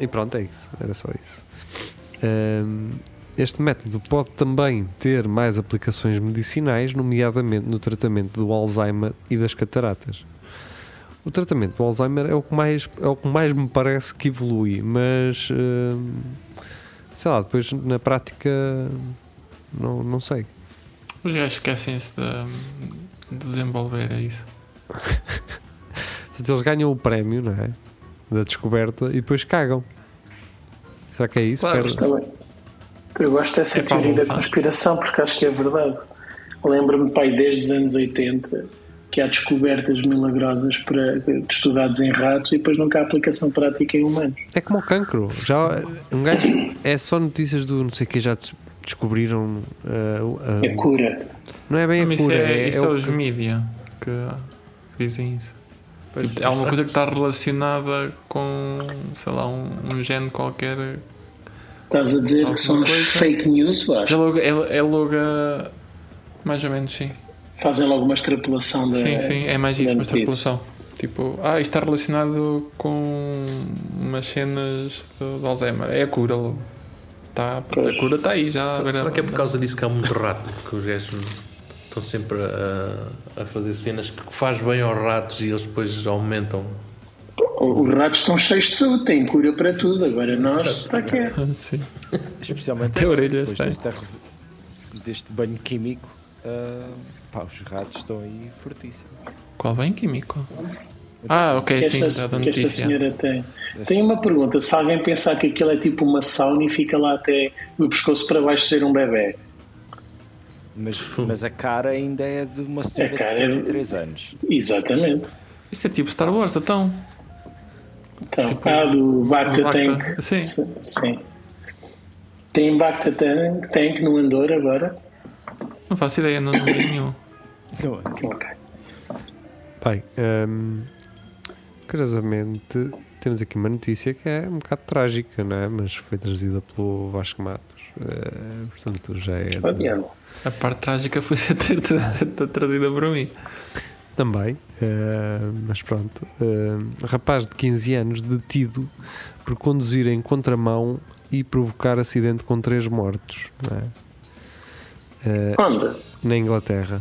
B: e pronto, é isso, era só isso. Eh, este método pode também ter mais aplicações medicinais, nomeadamente no tratamento do Alzheimer e das cataratas. O tratamento do Alzheimer é o que mais, é o que mais me parece que evolui, mas hum, sei lá, depois na prática não, não sei.
G: Os gajos esquecem-se de, de desenvolver, é isso.
B: Portanto, eles ganham o prémio não é? da descoberta e depois cagam. Será que é isso?
G: Claro,
B: Perde-
F: Está Tá bem. Eu gosto dessa
G: É pá,
F: teoria
G: bom,
F: da
G: faz.
F: conspiração porque acho que é verdade. Lembro-me, pai, desde os anos 80 que há descobertas milagrosas para, de estudados em ratos e depois nunca há aplicação prática em humanos.
B: É como o cancro. Já, um gajo, é só notícias do não sei o que já des- descobriram. ah, o- ah,
F: É cura.
B: não é bem
G: Mas
B: a
G: isso
B: cura,
G: é,
B: é,
G: isso
B: é
G: é
B: o
G: os
B: que-
G: mídia que, que dizem isso. Tipo, é alguma coisa que está relacionada com, sei lá, um, um gene qualquer.
F: Estás a dizer que são
G: Alguma
F: os
G: coisa?
F: fake news,
G: É
F: Vasco?
G: logo, é, é logo a- mais ou menos, sim.
F: Fazem logo uma extrapolação da.
G: Sim, sim, é mais isso,
F: da
G: uma
F: notícia.
G: extrapolação. Tipo, ah, isto está relacionado com umas cenas do, do Alzheimer. É a cura logo. Tá,
F: Pois.
G: a cura está aí já.
D: Será,
G: agora-
D: será que é por causa disso que há muito rato? Que os gajos estão sempre a, a fazer cenas que faz bem aos ratos e eles depois aumentam.
F: Os ratos estão cheios de saúde, têm cura para tudo. Agora nós. Está quieto.
G: Ah, Sim.
E: Especialmente
G: Tem
E: agora,
G: orelhas,
E: depois desta rev- deste banho químico. ah, pá, os ratos estão aí fortíssimos.
G: Qual vem, Químico? Ah,
F: que
G: ok, sim,
F: esta,
G: já da
F: que esta
G: notícia.
F: senhora tem. Tem uma pergunta: se alguém pensar que aquilo é tipo uma sauna e fica lá até do pescoço para baixo ser um bebê,
E: Mas, mas a cara ainda é de uma senhora de
F: cara é de-
E: 73 anos.
F: exatamente.
G: Isso é tipo Star Wars, então.
F: Então, há do Bacta
G: Tipo, um Bacta,
F: Tank.
G: sim.
F: S- sim. Tem um Bacta Tank, tank no Andor agora.
G: Não faço ideia, não, não nenhum.
E: Não é?
F: Ok.
B: Bem, hum, curiosamente, temos aqui uma notícia que é um bocado trágica, não é? Mas foi trazida pelo Vasco Matos. Eh, portanto, já é. de-
F: Odiando.
G: A parte trágica foi ser ter tra-
B: (laughs)
G: ter- ter trazida para mim.
B: Também, eh, mas pronto. eh, rapaz de 15 anos detido por conduzir em contramão e provocar acidente com três mortos, não é? Eh,
G: É.
F: Onde?
B: na Inglaterra.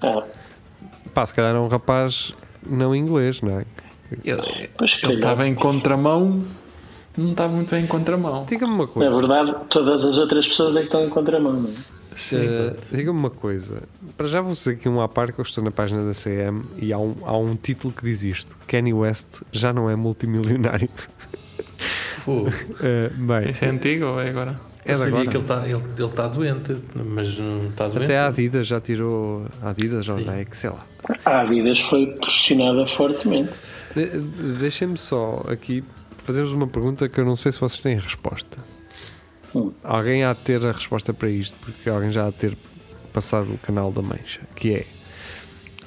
F: Ah,
B: Pá, se calhar é um rapaz não inglês, não é?
G: Ele
F: pois
G: ele
F: calhar.
G: estava em contramão, não estava muito bem em contramão.
B: Diga-me uma
F: Na
B: coisa.
F: É verdade, todas as outras pessoas é que estão em contramão. não é?
G: Sim,
B: Eh,
G: exato.
B: Diga-me uma coisa. Para já vou fazer aqui um à par que eu estou na página da CM e há um, há um título que diz isto: Kanye West já não é multimilionário. (laughs)
D: Fogo.
B: Eh, bem,
G: Isso é antigo ou é agora?
B: é
D: Eu
B: de
D: sabia
B: agora.
D: que ele está ele, ele tá doente, mas não é? está doente.
B: Até a Adidas já tirou. A Adidas ou Nike, sei lá.
F: A Adidas foi pressionada fortemente.
B: De- de- Deixem-me só aqui fazermos uma pergunta que eu não sei se vocês têm resposta.
F: Hum.
B: Alguém há de ter a resposta para isto, porque alguém já há de ter passado o canal da Mancha, que é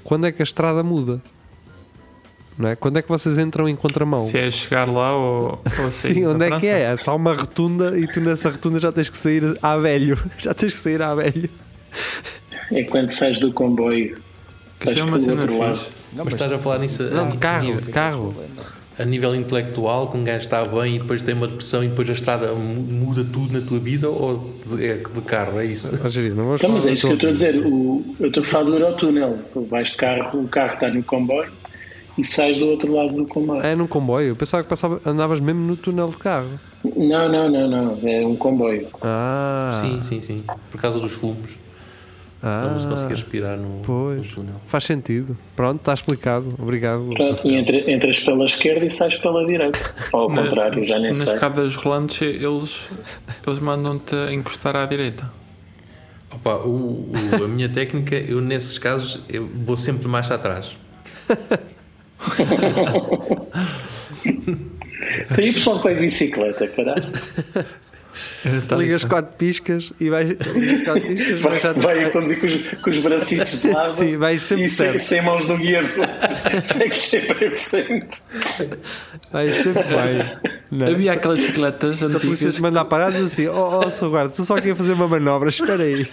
B: quando é que a estrada muda? Não é? Quando é que vocês entram em contramão?
G: Se é chegar lá ou,
B: (laughs)
G: ou sair
B: Sim,
G: da
B: onde é
G: França?
B: que é? Há só uma rotunda e tu nessa rotunda já tens que sair a velho. (laughs) Já tens que sair a velho.
F: É quando sais do comboio.
G: Que
F: Sais
G: isso é uma
F: pelo
G: cena
F: outro lado.
G: fixe.
E: Não,
D: Mas estás a falar nisso a-
B: Não, de Um carro,
D: nível-
B: de carro.
D: a nível intelectual, que um gajo está bem e depois tem uma depressão e depois a estrada mu- muda tudo na tua vida ou de- é que de carro, é isso?
B: Ó, Jerry, não vamos
F: Então, mas
B: falar
F: é
B: do
F: isso que eu estou
B: teu
F: a dizer. O, eu estou a falar do Eurotúnel. Tu Vais de carro, o carro está no comboio e sais do outro lado do comboio.
B: É num comboio. Eu pensava que passava- andavas mesmo no túnel de carro.
F: Não, não, não, não. É um comboio.
B: Ah,
D: Sim, sim, sim. Por causa dos fumos. Senão não se conseguia respirar no,
B: Ah. Pois.
D: no túnel.
B: Faz sentido. Pronto, está explicado. Obrigado.
F: Portanto, e entra- entras pela esquerda e sais pela direita. Ou ao contrário, já nem
G: Nas
F: sei.
G: escadas rolantes eles, eles mandam-te encostar à direita.
D: Opa, o- o- a minha (laughs) técnica, eu nesses casos eu vou sempre mais atrás.
F: Tem aí pessoal que vai de bicicleta, caralho.
C: Tá
B: Ligas
C: lixado.
B: quatro piscas e vais. Ligas quatro piscas,
F: Vai,
B: vais já-
F: (laughs)
B: é.
F: vai a conduzir com os, com os bracitos de lado
B: Sim, vais sempre
F: e sem,
B: certo.
F: sem mãos no guia. (laughs) Segues sempre em frente.
B: vais sempre bem. Não.
C: Havia
B: (laughs)
C: aquelas bicicletas
B: Se a polícia
C: antigas.
B: te mandar parar, diz assim: Oh, oh seu guarda, tu só queria fazer uma manobra, espera aí.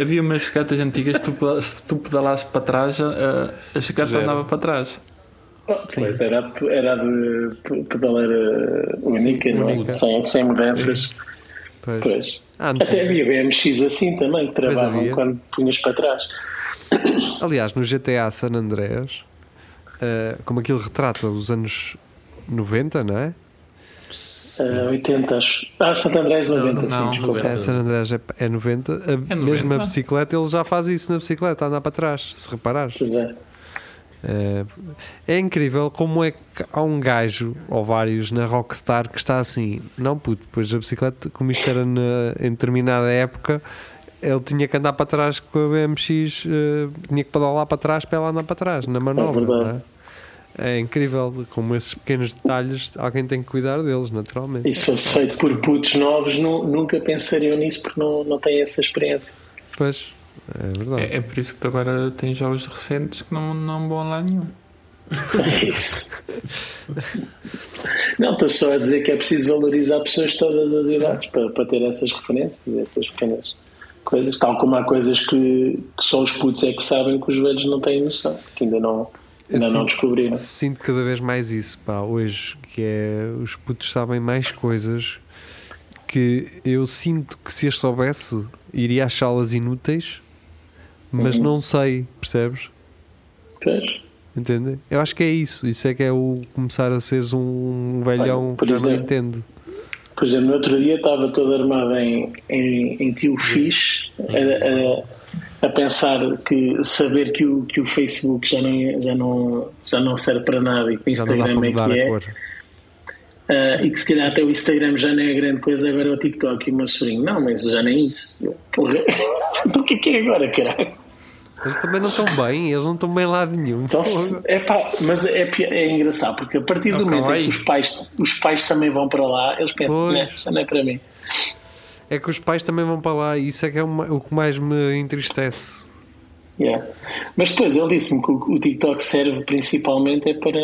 C: Havia umas bicicletas antigas, tu, peda- se tu pedalasses para trás, a, a bicicleta andava para trás.
F: Ah, Pois era, era de p- pedaleira única, não é?
B: única.
F: Sem, sem mudanças.
B: Pois.
F: Pois. É
B: Ah, não
F: Até
B: tem.
F: havia BMX assim também, que
B: Pois
F: travavam
B: havia.
F: quando punhas para trás.
B: Aliás, no GTA San Andreas, eh, como aquilo retrata os anos 90, não é?
F: Ah, 80, acho. Ah, Santo Andrés 90,
D: Não,
F: sim,
D: não,
F: desculpa.
B: É, San Andreas é, é 90, a mesma
C: 90?
B: bicicleta, ele já faz isso na bicicleta, andar para trás, se reparares.
F: Pois é.
B: É, é incrível como é que há um gajo ou vários na Rockstar que está assim, não puto, pois a bicicleta, como isto era na- em determinada época, ele tinha que andar para trás com a BMX, eh, tinha que pedalar para trás para ela andar para trás, na manobra.
F: É verdade.
B: não é? É incrível como esses pequenos detalhes, alguém tem que cuidar deles, naturalmente.
F: E se fosse feito por putos novos, nu- nunca pensariam nisso porque não, não têm essa experiência. (laughs)
B: Pois, é verdade.
C: É, é por isso que tu agora tens jogos recentes que não, não vão lá nenhum.
F: É isso. Não, estou só a dizer que é preciso valorizar pessoas de todas as idades para, para ter essas referências, essas pequenas coisas. Tal como há coisas que, que só os putos é que sabem que os velhos não têm noção, que ainda não, ainda
B: Assim,
F: não descobriram.
B: Sinto cada vez mais isso, pá, hoje, que é os putos sabem mais coisas que eu sinto que se as soubesse iria achá-las inúteis, mas
F: Uhum.
B: não sei, percebes?
F: Pois.
B: Entende? Eu acho que é isso, isso é que é o começar a seres um velhão
F: Olha,
B: que
F: por
B: já não
F: exemplo,
B: entende.
F: Por exemplo, no outro dia estava todo armado em, em, em tio fixe a, a, a pensar que saber que o, que o Facebook já não, já, não, já não serve para nada e que o
B: Já não dá para
F: Instagram é
B: mudar
F: que
B: a
F: é.
B: cor.
F: ah, e que se calhar até o Instagram já não é grande coisa, agora é o TikTok e o meu sobrinho. Não, mas já nem isso. Eu, Porra, (laughs) então o que é que é agora, caralho?
B: Eles também não estão bem, eles não estão bem lá de nenhum.
F: Então, se- epá, mas é, pi- é engraçado, porque a partir do
C: Ok.
F: momento em que os pais, os pais também vão para lá, eles pensam,
B: Pois.
F: não, isso não é para mim.
B: É que os pais também vão para lá e isso é que é o ma- o que mais me entristece.
F: Yeah. Mas depois ele disse-me que o o TikTok serve principalmente é para,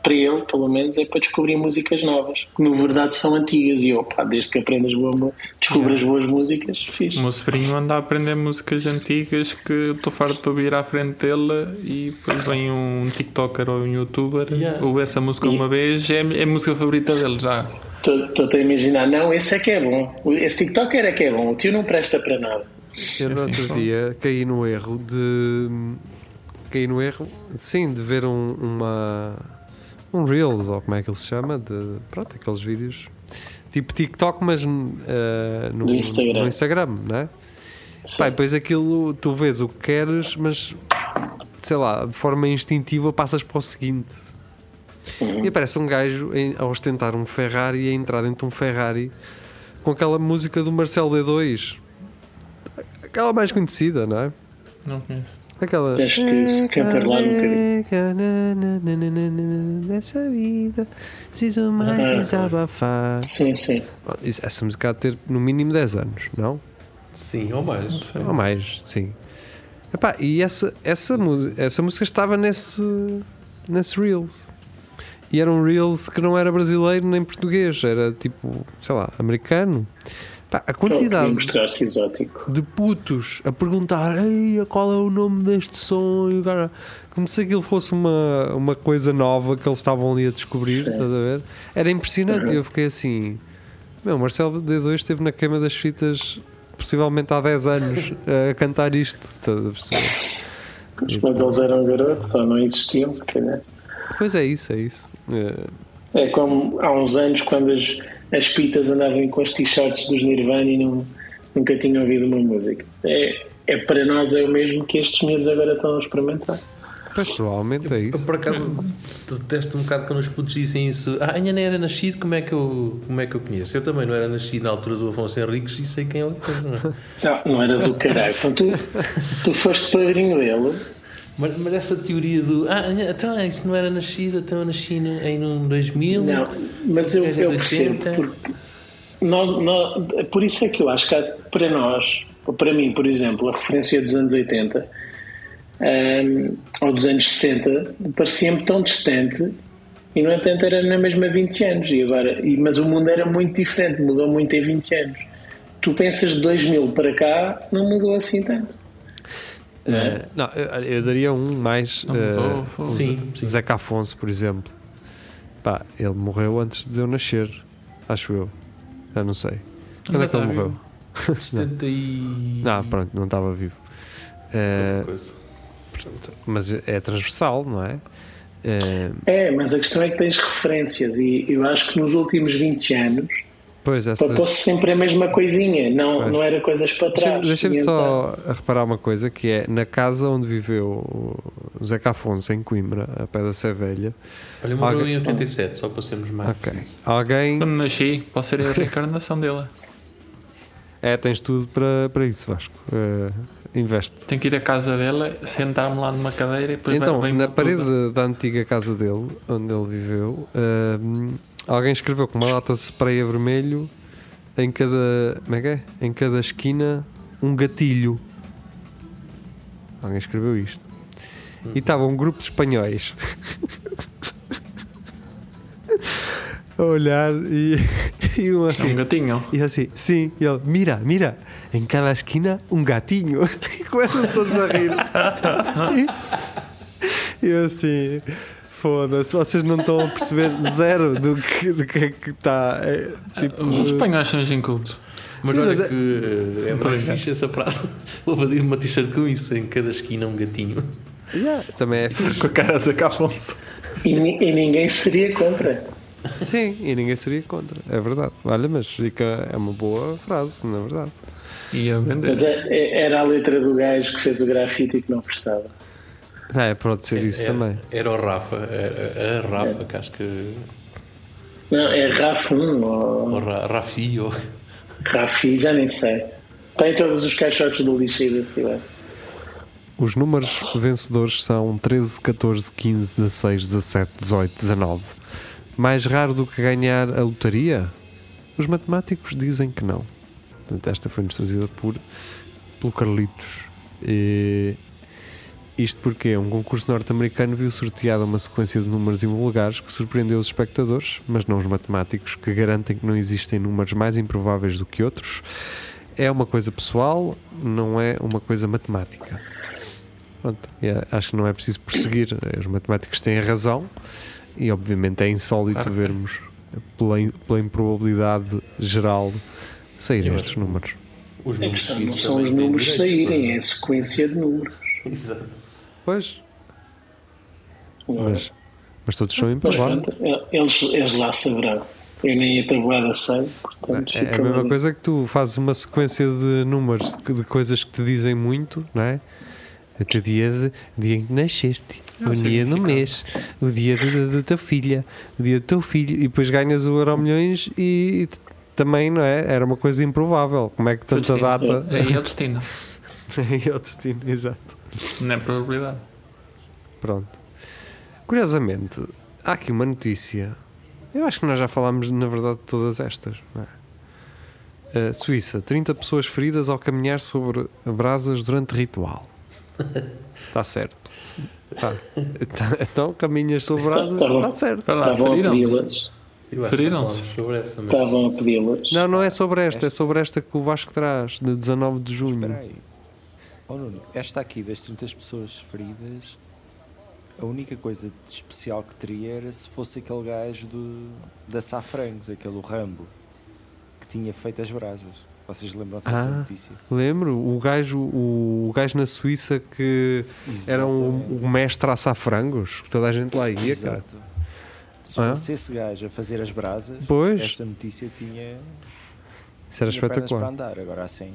F: para ele, pelo menos, é para descobrir músicas novas, que na verdade são antigas. E eu, pá, desde que aprendas boa, mu- descubras boas músicas, fiz.
C: O meu sobrinho anda a aprender músicas antigas que eu estou farto de ouvir à frente dele e depois vem um TikToker ou um youtuber,
D: Yeah.
C: ouve essa música uma vez, é, é a música favorita dele já.
F: Estou-te a imaginar, não, esse é que é bom, O- esse TikTok era que é bom, o tio não presta para nada.
B: Eu no
C: assim que
B: outro
C: são.
B: dia caí no erro de. caí no erro, sim, de ver um, uma. um Reels, ou como é que ele se chama, de. pronto, aqueles vídeos. tipo TikTok, mas eh, no,
F: Do Instagram.
B: no Instagram, não é? Pá, e depois aquilo, tu vês o que queres, mas. sei lá, de forma instintiva passas para o seguinte.
F: Uhum.
B: E aparece um gajo em- a ostentar um Ferrari e a entrar dentro de um Ferrari com aquela música do Marcelo D2. Aquela mais conhecida, não é?
C: Não conheço.
B: Aquela.
F: Tens que se cantar lá um
B: bocadinho. Dessa vida, preciso mais
F: Ah.
B: desabafar.
F: Sim, sim.
B: Isso- Essa música há de ter no mínimo 10 anos, não?
D: Sim, ou mais.
B: Ou mais, sim. Epá, e essa, essa, mu- essa música estava nesse, nesse Reels. E era um Reels que não era brasileiro nem português, era tipo, sei lá, americano. Epá, a
F: Então, queria
B: quantidade
F: mostrar-se exótico.
B: de putos a perguntar Ei, qual é o nome deste som e o cara- como se aquilo fosse uma, uma coisa nova que eles estavam ali a descobrir
F: Sim.
B: estás a ver? era impressionante eu fiquei assim meu, Marcelo D2 esteve na queima das fitas possivelmente há 10 anos (laughs) a cantar isto estás a perceber?
F: Mas eles eram garotos, só não existiam, se calhar.
B: pois é isso, é isso Eh,
F: É como há uns anos quando as, as pitas andavam com os t-shirts dos Nirvana e não, nunca tinham ouvido uma música. É, é para nós é o mesmo que estes miúdos agora estão a experimentar.
B: pois provavelmente é
D: Eu
B: isso
D: por acaso detesto um bocado quando os putos dizem isso. Ah, ainda nem era nascido, como é, que eu, como é que eu conheço? Eu também não era nascido na altura do Afonso Henriques e sei quem ele é. não é?
F: Não, não eras o caralho. Então tu, tu foste padrinho dele.
D: Mas, mas essa teoria do. Ah, ainda- então é, isso não era nascido, então eu nasci no- em um 2000.
F: Não, mas eu,
D: Seja
F: eu
D: de
F: percebo
D: 80.
F: porque, nó- nó- por isso é que eu acho que há, para nós, ou para mim, por exemplo, a referência dos anos 80 hum, ou dos anos 60 parecia-me tão distante e, no entanto, era na mesma 20 anos. E agora, e- mas o mundo era muito diferente, mudou muito em 20 anos. Tu pensas de 2000 para cá, não mudou assim tanto. Não é?
B: Eh, não, eu, eu daria um mais.
C: Não mudou,
B: eh,
C: foi.
D: Sim, sim.
B: Zeca Afonso, por exemplo. Pá, ele morreu antes de eu nascer, acho eu. Já não sei. Quando é que
C: está
B: ele
C: tá vivo.
B: (laughs) morreu?
D: 70 e.
B: Não, pronto, não estava vivo. Eh,
D: Coisa.
B: portanto, mas é transversal, não é? Eh,
F: É, mas a questão é que tens referências e eu acho que nos últimos 20 anos
B: pois, essa.
F: papou-se sempre a mesma coisinha, não,
B: Pois.
F: não era coisas para trás.
B: Deixa-me deixa-me
F: E então-
B: só reparar uma coisa que é na casa onde viveu o Zeca Afonso em Coimbra, a pé da Sevelha.
D: Olha, morreu
B: Ok.
D: em 87, só para sermos mais.
B: Ok. Alguém.
C: Quando nasci, posso
B: (laughs)
C: ser a reencarnação dele.
B: É, tens tudo para, para isso, Vasco. Eh, investe.
C: Tenho que ir à casa dela, sentar-me lá numa cadeira e depois
B: Então,
C: vai- vem um
B: na
C: tudo.
B: parede da antiga casa dele, onde ele viveu, hum, alguém escreveu com uma lata de spray a vermelho em cada. Como é que é? Em cada esquina um gatilho. Alguém escreveu isto.
C: Hum.
B: E estava um grupo de espanhóis (laughs) a olhar e, (laughs) e um
C: É um
B: assim.
C: gatinho.
B: E eu assim, sim, e ele, mira, mira, em cada esquina um (laughs) gatinho. E começam-se todos a rir. (laughs) E eu assim, foda-se, vocês não estão a perceber zero do que, do que é que está. é, tipo,
C: Os espanhóis são os incultos.
D: Mas
B: Sim,
D: olha
B: mas é-
D: que eh,
B: Então
D: é,
C: Não tô
D: mais
C: a ver.
D: fixe essa frase. (laughs) Vou fazer uma t-shirt com isso, em cada esquina um gatinho.
B: yeah, também é fixe.
C: Com a cara de Afonso.
F: E, ni- e ninguém seria contra.
B: Sim, e ninguém seria contra. É verdade. Olha, mas fica, é uma boa frase, na verdade.
C: E a vender.
F: Mas é- é- era a letra do gajo que fez o grafite e que não prestava.
B: É, pode ser isso
D: era,
B: também.
D: Era o Rafa, era a Rafa, que acho que.
F: Não, é Rafun
D: Ou
F: ou
D: Ra, Rafi, ou.
F: Rafi, já nem sei. Tem todos os caixotes do lixo aí da cidade.
B: Os números vencedores são 13, 14, 15, 16, 17, 18, 19. Mais raro do que ganhar a lotaria? Os matemáticos dizem que não. Portanto, esta foi-nos trazida por, pelo Carlitos. E isto porque um concurso norte-americano viu sorteada uma sequência de números invulgares que surpreendeu os espectadores, mas não os matemáticos, que garantem que não existem números mais improváveis do que outros. É uma coisa pessoal, não é uma coisa matemática. Pronto, e a- acho que não é preciso prosseguir. Os matemáticos têm a razão e, obviamente, é insólito
C: Claro que
B: vermos pela, in- pela improbabilidade geral saírem
D: Eu
B: estes
D: acho.
B: números.
D: Os
F: A questão não
D: seguidos
F: É são
D: também
F: os
D: têm
F: números
D: direitos,
F: saírem, é a sequência de números.
D: pá. Exato.
B: Pois,
F: não é?
B: mas, mas todos são
F: Mas
B: improváveis.
F: pronto, é, eles, eles lá saberão. Eu nem a tabuada sei, portanto
B: É a
F: fica um-
B: mesma
F: bem.
B: coisa que tu fazes uma sequência de números, que- de coisas que te dizem muito, não é? Até o dia, de, dia em que nasceste,
C: Ah,
B: o dia do
C: significado.
B: mês, o dia da- da da tua filha, o dia do teu filho, e depois ganhas o Euro Milhões e, e t- também, não é? Era uma coisa improvável. Como é que
C: Foi
B: tanta
C: destino.
B: data (laughs)
C: Aí é o destino.
B: é o destino? Exato.
C: Não é probabilidade.
B: Pronto. Curiosamente, há aqui uma notícia. Eu acho que nós já falámos, na verdade, de todas estas. não é? Uh, Suíça, 30 pessoas feridas ao caminhar sobre brasas durante ritual. Está certo. Tá. Tá- então caminhas sobre brasas,
F: Tá bom.
B: está certo.
C: Para lá,
F: Estavam a
C: feriram-se.
F: pedi-las.
D: Eu acho que
C: Feriram-se.
D: falámos sobre essa, mas-
F: Estavam a pedi-las.
B: Não, não é sobre esta, é sobre esta que o Vasco traz, de 19 de
E: Espera
B: junho.
E: aí. Oh, Nuno, esta aqui das 30 pessoas feridas, a única coisa de especial que teria era se fosse aquele gajo do, da Safrangos, aquele Rambo, que tinha feito as brasas. Vocês lembram-se dessa
B: Ah.
E: notícia?
B: Lembro, o gajo, o, o gajo na Suíça que era um,
E: Exatamente.
B: um mestre a assar frangos, que toda a gente lá ia, cara.
E: Exato. Se
B: Ah.
E: fosse esse gajo a fazer as brasas,
B: Pois.
E: esta notícia tinha,
B: Isso era
E: tinha pernas para
B: espetacular.
E: andar. Agora assim,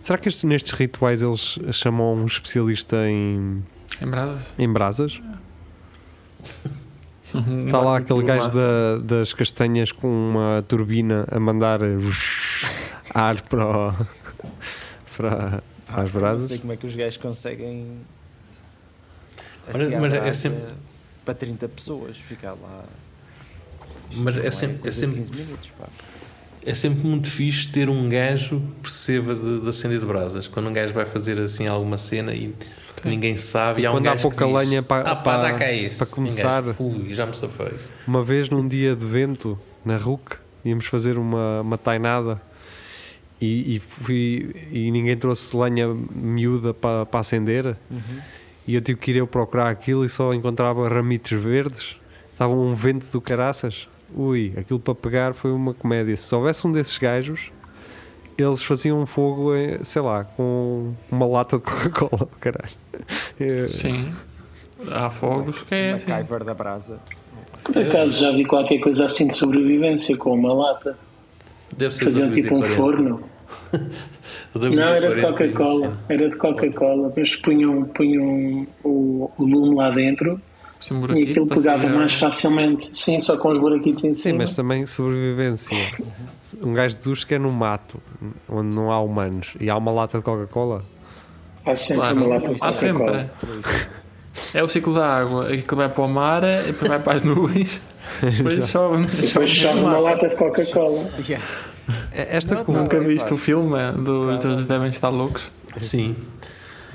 B: Será que estes- nestes rituais eles chamam um especialista em,
C: Em brasas.
B: em brasas? Está Tá lá aquele gajo da- das castanhas com uma turbina a mandar ar para, o- para, para as
E: não sei
B: brasas.
E: como é que os gajos conseguem
D: Olha,
E: atear
D: mas é
E: brasa
D: sempre-
E: para 30 pessoas, ficar lá.
D: Mas é
E: não
D: sempre- é
E: coisa de
D: sempre-
E: 15 minutos, pá.
D: é sempre muito fixe ter um gajo que perceba de, de acender de brasas. Quando um gajo vai fazer assim alguma cena e ninguém sabe, e há um
B: Quando há
D: gajo
B: pouca
D: que diz,
B: lenha para-
D: "Ah, pá,
B: para-
D: dá cá isso.
B: para
D: E um
B: começar.
D: gajo, Fui, já me safei.
B: Uma vez num dia de vento na RUC, íamos fazer uma, uma tainada e, e fui, e ninguém trouxe lenha miúda para, para acender. E eu tive que ir eu procurar aquilo e só encontrava ramitos verdes. Estava um vento do caraças. Ui, aquilo para pegar foi uma comédia. Se houvesse um desses gajos, eles faziam um fogo, em, sei lá, com uma lata de Coca-Cola, (laughs) caralho. É,
C: Sim. Há fogos que é
E: Uma
C: assim.
E: caiver da brasa.
F: Por acaso já vi qualquer coisa assim de sobrevivência com uma lata.
D: Deve ser
F: Faziam tipo um
D: WD-40.
F: forno.
D: WD-40,
F: Não, era
D: assim.
F: de Coca-Cola. Era de Coca-Cola, mas punham, punham o, o lume lá dentro
C: Sim,
F: e aquilo pegava mais facilmente. Sim, só com os buraquitos em
B: Sim,
F: cima.
B: mas também sobrevivência. Um gajo de duche que é no mato, onde não há humanos, e há uma lata de Coca-Cola.
F: Há sempre
C: Claro,
F: uma lata de
C: há sempre. né?
F: Coca-Cola.
E: Por isso,
C: É o ciclo da água. Aquilo vai para o mar, é, e depois vai para as nuvens, depois chove.
F: Depois chove uma lata de Coca-Cola.
E: yeah. (laughs)
B: É- Esta
E: Não,
B: com-
E: não.
C: Nunca
E: Bem,
C: viste
E: faz.
C: o filme né? dos Eles Devem Estar Loucos?
D: Sim.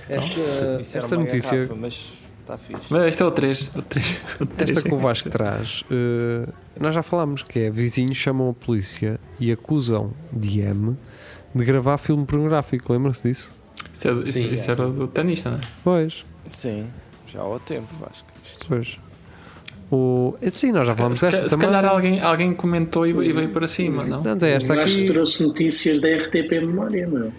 E: Isso era
B: Esta
E: uma
B: notícia-
E: garrafa, mas está fixe.
C: Mas este é o 3. O 3.
B: esta que o Vasco traz, eh, nós já falámos que é vizinhos chamam a polícia e acusam de M de gravar filme pornográfico, lembram-se disso?
C: Isso, é, do- isso,
D: Sim.
C: isso era do tenista, não é?
B: Pois,
E: Sim, já há o tempo, Vasco. Isto
B: pois. O, eh, sim, nós já falámos
C: se,
B: desta
C: se
B: também.
C: calhar alguém, alguém comentou e, e veio para cima, não?
B: Não, tem esta
F: Acho que
B: aqui.
F: trouxe notícias da RTP Memória, meu.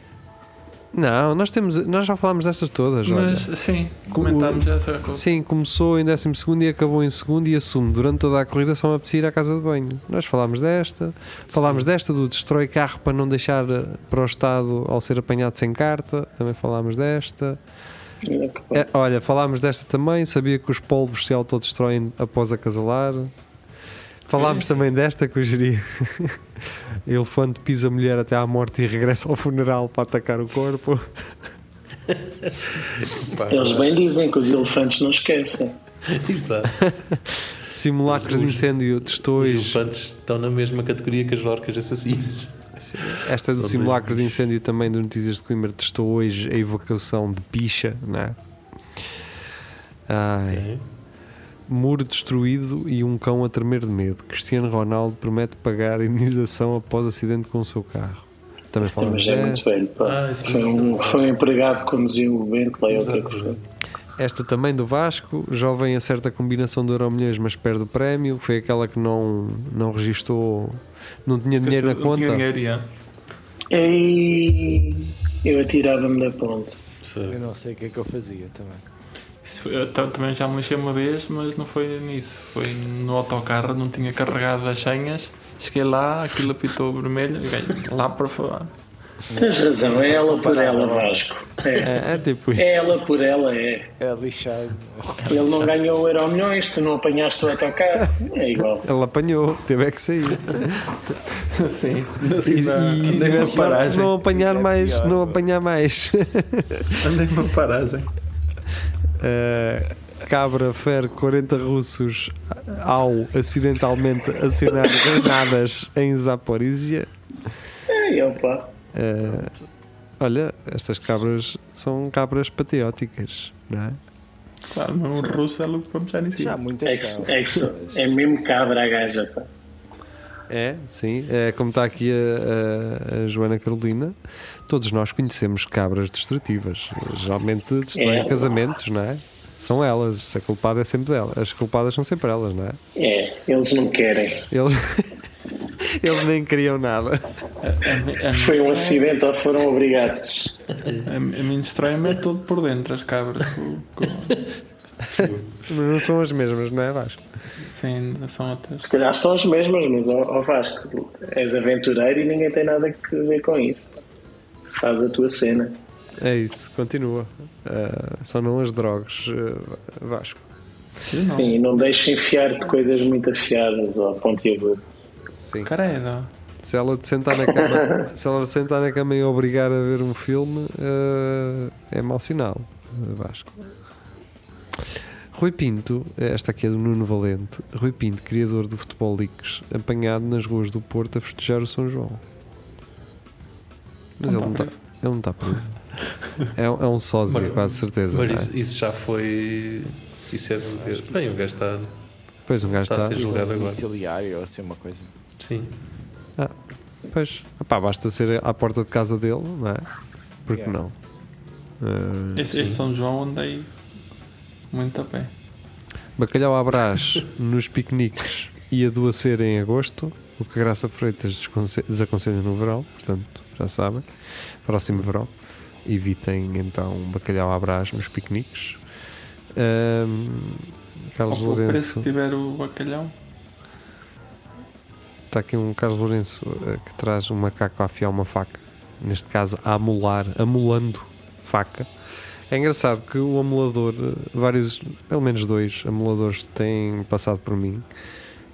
B: Não, nós, temos, nós já falámos destas todas. olha.
C: Mas sim, comentámos essa coisa.
B: Sim, começou em 12 e acabou em segundo e assume durante toda a corrida só me apetecer ir à casa de banho. Nós falámos desta, falámos desta do destrói carro para não deixar eh, para o Estado ao ser apanhado sem carta, também falámos desta.
F: Olha que bom.
B: É, olha, falámos desta também, sabia que os polvos se autodestroem após acasalar. Falámos também desta que eu geria. (laughs) Elefante pisa a mulher até à morte e regressa ao funeral para atacar o corpo.
D: Pá,
F: Eles bem dizem que os elefantes não esquecem.
B: (laughs)
D: Exato.
B: Simulacros de
D: Os-
B: incêndio,
D: Os
B: testões.
D: elefantes estão na mesma categoria que as orcas assassinas.
B: Esta do
D: Só
B: simulacro
D: mesmo.
B: de incêndio também do Notícias de Coimbra testou hoje a evocação de picha, não é? Ai.
D: É.
B: Muro destruído e um cão a tremer de medo. Cristiano Ronaldo promete pagar indenização após acidente com o seu carro. Também
F: Sim,
B: falamos
F: mas é muito
B: desta.
F: velho. Pá.
D: Ah, sim,
F: foi, um, foi um empregado que conduziu o é Bentley ou outra
D: Exato.
F: coisa.
B: Esta também do Vasco. Jovem acerta a combinação de Euromilhões, mas perde o prémio. Foi aquela que não, não registou, não tinha dinheiro na
C: Não tinha
B: conta.
C: dinheiro, já.
F: Ei, eu atirava-me da ponte.
E: eu não sei o que é que eu fazia também.
C: Isso foi- eu ta- também já me lixei uma vez, mas não foi nisso. Foi no autocarro, não tinha carregado as senhas. Cheguei lá, aquilo apitou vermelho, e ganhei lá para fora.
F: Tens razão, é ela por ela, Vasco. É.
B: É, é tipo isso.
F: É ela por ela, é.
E: É lixado.
F: Ele não ganhou o Euro milhões, tu não apanhaste o autocarro. É igual.
B: Ela apanhou, teve é que sair.
C: Sim.
B: E- e tivesse
E: uma paragem.
B: não apanhar
E: É
B: mais,
E: pior,
B: não
E: pá.
B: apanhar mais. (laughs)
C: Andei uma paragem.
B: Uh, cabra fere 40 russos ao acidentalmente acionar granadas em Zaporizhia.
F: É, opa.
B: Uh, olha, estas cabras são cabras patrióticas, não é?
C: Claro, no russo é louco para mexer em
E: Já há
C: cima.
E: muita
F: É, que-
E: ação.
F: é, que- é mesmo cabra a gaja, pá.
B: É, sim. É, como está aqui a, a- a Joana Carolina, todos nós conhecemos cabras destrutivas. Geralmente destroem
F: É.
B: casamentos, não é? São elas, a culpada é sempre delas. As culpadas são sempre elas, não é?
F: É, eles não querem.
B: Eles, (laughs) eles nem queriam nada.
C: É,
F: Foi um acidente ou foram obrigados.
C: A, a mim destrói-me é todo por dentro, as cabras. co- co-
B: Mas não são as mesmas, não é Vasco?
C: Sim, são outras.
F: Se calhar são as mesmas, mas ó ó Vasco, és aventureiro e ninguém tem nada que ver com isso. Faz a tua cena.
B: É isso, continua. Ah, só não as drogas, ah, Vasco.
C: Eu não.
F: Sim, não deixes enfiar-te coisas muito afiadas ao pontiagudo.
B: Sim.
C: Credo.
B: Se ela te sentar na cama, se ela te sentar na cama e obrigar a ver um eh, filme, ah, é mau sinal, ah, Vasco. eh, Rui Pinto, esta aqui é do Nuno Valente. Rui Pinto, criador do Futebol Leaks, apanhado nas ruas do Porto a festejar o São João. Mas ele não está
C: preso.
B: ele não está preso. É, um- é um sósia,
D: Mas-
B: quase certeza. não é?
D: Mas isso, isso já foi. Isso é. do- Bem, o gajo está.
B: Pois um gajo
D: está a
B: está.
D: ser julgado agora.
E: Domiciliário ou assim uma coisa.
D: Sim.
B: Pois, opá, basta ser à porta de casa dele, não é? Porque
E: Yeah.
B: não? Ah,
C: Este, este São João andei muito a pé.
B: Bacalhau à Brás nos piqueniques e a doacer em agosto, o que a Graça Freitas desconse- desaconselha no verão, portanto, já sabem, próximo verão. Evitem então bacalhau à Brás nos piqueniques. Ahm,
C: Ao
B: Carlos
C: ao preço
B: Lourenço,
C: que tiver o bacalhau.
B: está aqui um Carlos Lourenço eh, que traz um macaco a afiar uma faca, neste caso a amolar, amolando faca. É engraçado que o amolador, eh, vários, pelo menos dois amoladores têm passado por mim.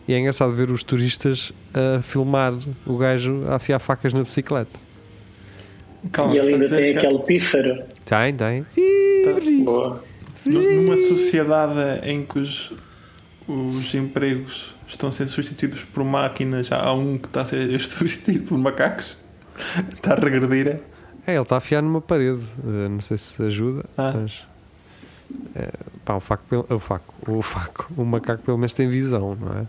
B: E é engraçado ver os turistas a filmar o gajo a afiar facas na bicicleta.
C: Calma,
F: e ele
C: estás a
F: ainda
C: dizer
F: tem
C: que-
F: aquele pífaro.
B: Tem, tem.
F: Boa.
C: Nu- Numa sociedade em que os, os empregos estão a ser substituídos por máquinas, há um que está a ser (laughs) substituído por macacos. Está a regredir.
B: É, ele está a afiar numa parede. Eh, não sei se ajuda,
C: Ah.
B: mas. eh, pá, o faco, pelo- o faco, o faco, o macaco pelo menos tem visão, não é?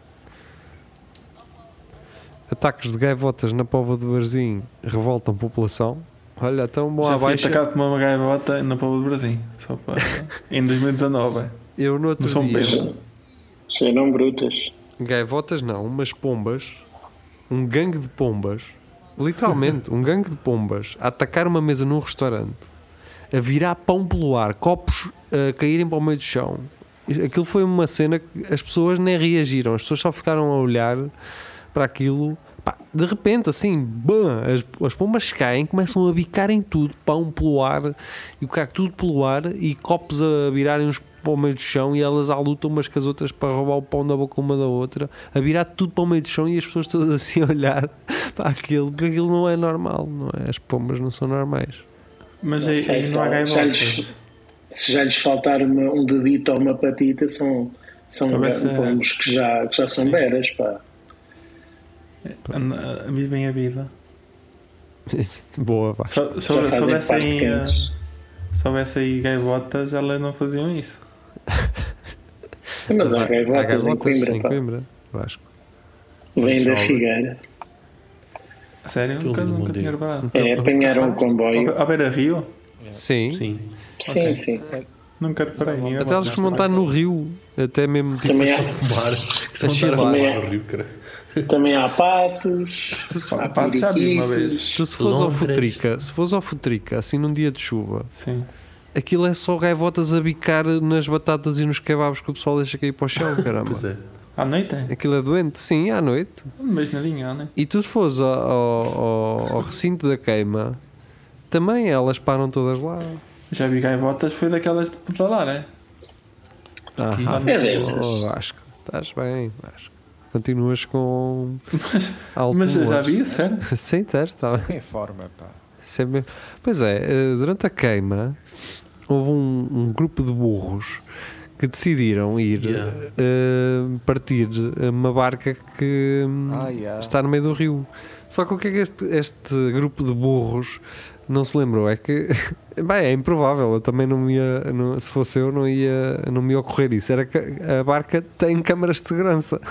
B: Ataques de gaivotas na Póvoa do Varzim revoltam população. Olha, então bom
C: Já fui
B: abaixo.
C: atacado por uma gaivota na Póvoa do Brasil. Só
B: (laughs)
C: para, em 2019.
B: Eu no outro
C: No São
B: dia,
C: Pedro.
F: Serão brutas.
B: Gaivotas não, umas pombas, um gangue de pombas, literalmente, um gangue de pombas, a atacar uma mesa num restaurante, a virar pão pelo ar, copos a caírem para o meio do chão. Aquilo foi uma cena que as pessoas nem reagiram, as pessoas só ficaram a olhar para aquilo. Pá, de repente, assim, bam, as, as pombas caem, começam a bicar em tudo, pão pelo ar, e o caco tudo pelo ar, e copos a virarem uns para o meio do chão, e elas à luta umas com as outras para roubar o pão da boca uma da outra, a virar tudo para o meio do chão, e as pessoas todas assim a olhar (laughs) para aquilo, porque aquilo não é normal, não é? As pombas não são normais.
C: Mas
F: Não
C: aí,
F: sei
C: aí
F: se
C: não há
F: há- já
C: gaivotas.
F: lhes- Se já lhes faltar uma- um dedito ou uma patita, são, são
C: Só vai
F: ga-
C: ser-
F: pombos que já, que já são veras, pá.
C: An- Vivem a vida.
B: Boa, vá.
C: Só, só,
F: Já
C: se
F: fazem
C: houvesse
F: parte
C: aí,
F: deles.
C: ah, se houvesse aí gaivotas, elas não faziam isso.
F: Mas há gaivotas em Coimbra,
B: em
F: pá.
B: Coimbra, Vasco.
F: Vem da
B: Salve.
F: Figueira.
C: A Sério?
D: Que
C: Nunca,
D: lindo
C: nunca tinha
D: mundo.
C: reparado.
F: É, apanharam o comboio.
C: Ao beira Rio?
B: Sim.
D: Sim.
F: Sim, sim.
C: Nunca reparei. em
B: Tá Até elas
C: gaivotas.
B: que não está no rio, até mesmo tipo,
F: Também há,
D: Fumar. Estão a
B: chilar.
F: é.
D: fumar no rio, cara.
F: também há patos,
B: tu se
C: Ah,
F: há
C: pá, já vi uma vez.
F: periquitos.
B: Tu se fores ao
D: Londres.
B: Futrica, se fores ao Futrica, assim num dia de chuva,
C: Sim.
B: aquilo é só gaivotas a bicar nas batatas e nos kebabs que o pessoal deixa cair para o chão, caramba.
D: Pois é.
C: À noite? é?
B: Aquilo é doente, sim, à noite.
C: Um beijo na linha, à noite.
B: E tu se fores ao, ao- ao- ao recinto da queima, também elas param todas lá.
C: Já vi gaivotas, foi daquelas de pedalar, é?
B: Ah,
F: É dessas.
B: oh, Vasco, estás bem, Vasco. Continuas com alto
C: Mas eu já
B: humor.
C: vi isso, sério?
B: (laughs) Sim, estás, está bem.
E: Sempre em forma, pá.
B: Sempre- Pois é, eh, durante a queima houve um, um grupo de burros que decidiram ir
D: Yeah.
B: eh, partir uma barca que hum,
E: Ah, yeah.
B: está no meio do rio. Só que o que é que este, este grupo de burros não se lembrou? É que (laughs) bem, é improvável, eu também não me ia, não- se fosse eu, não ia não me ia ocorrer isso. Era que a barca tem câmaras de segurança. (laughs)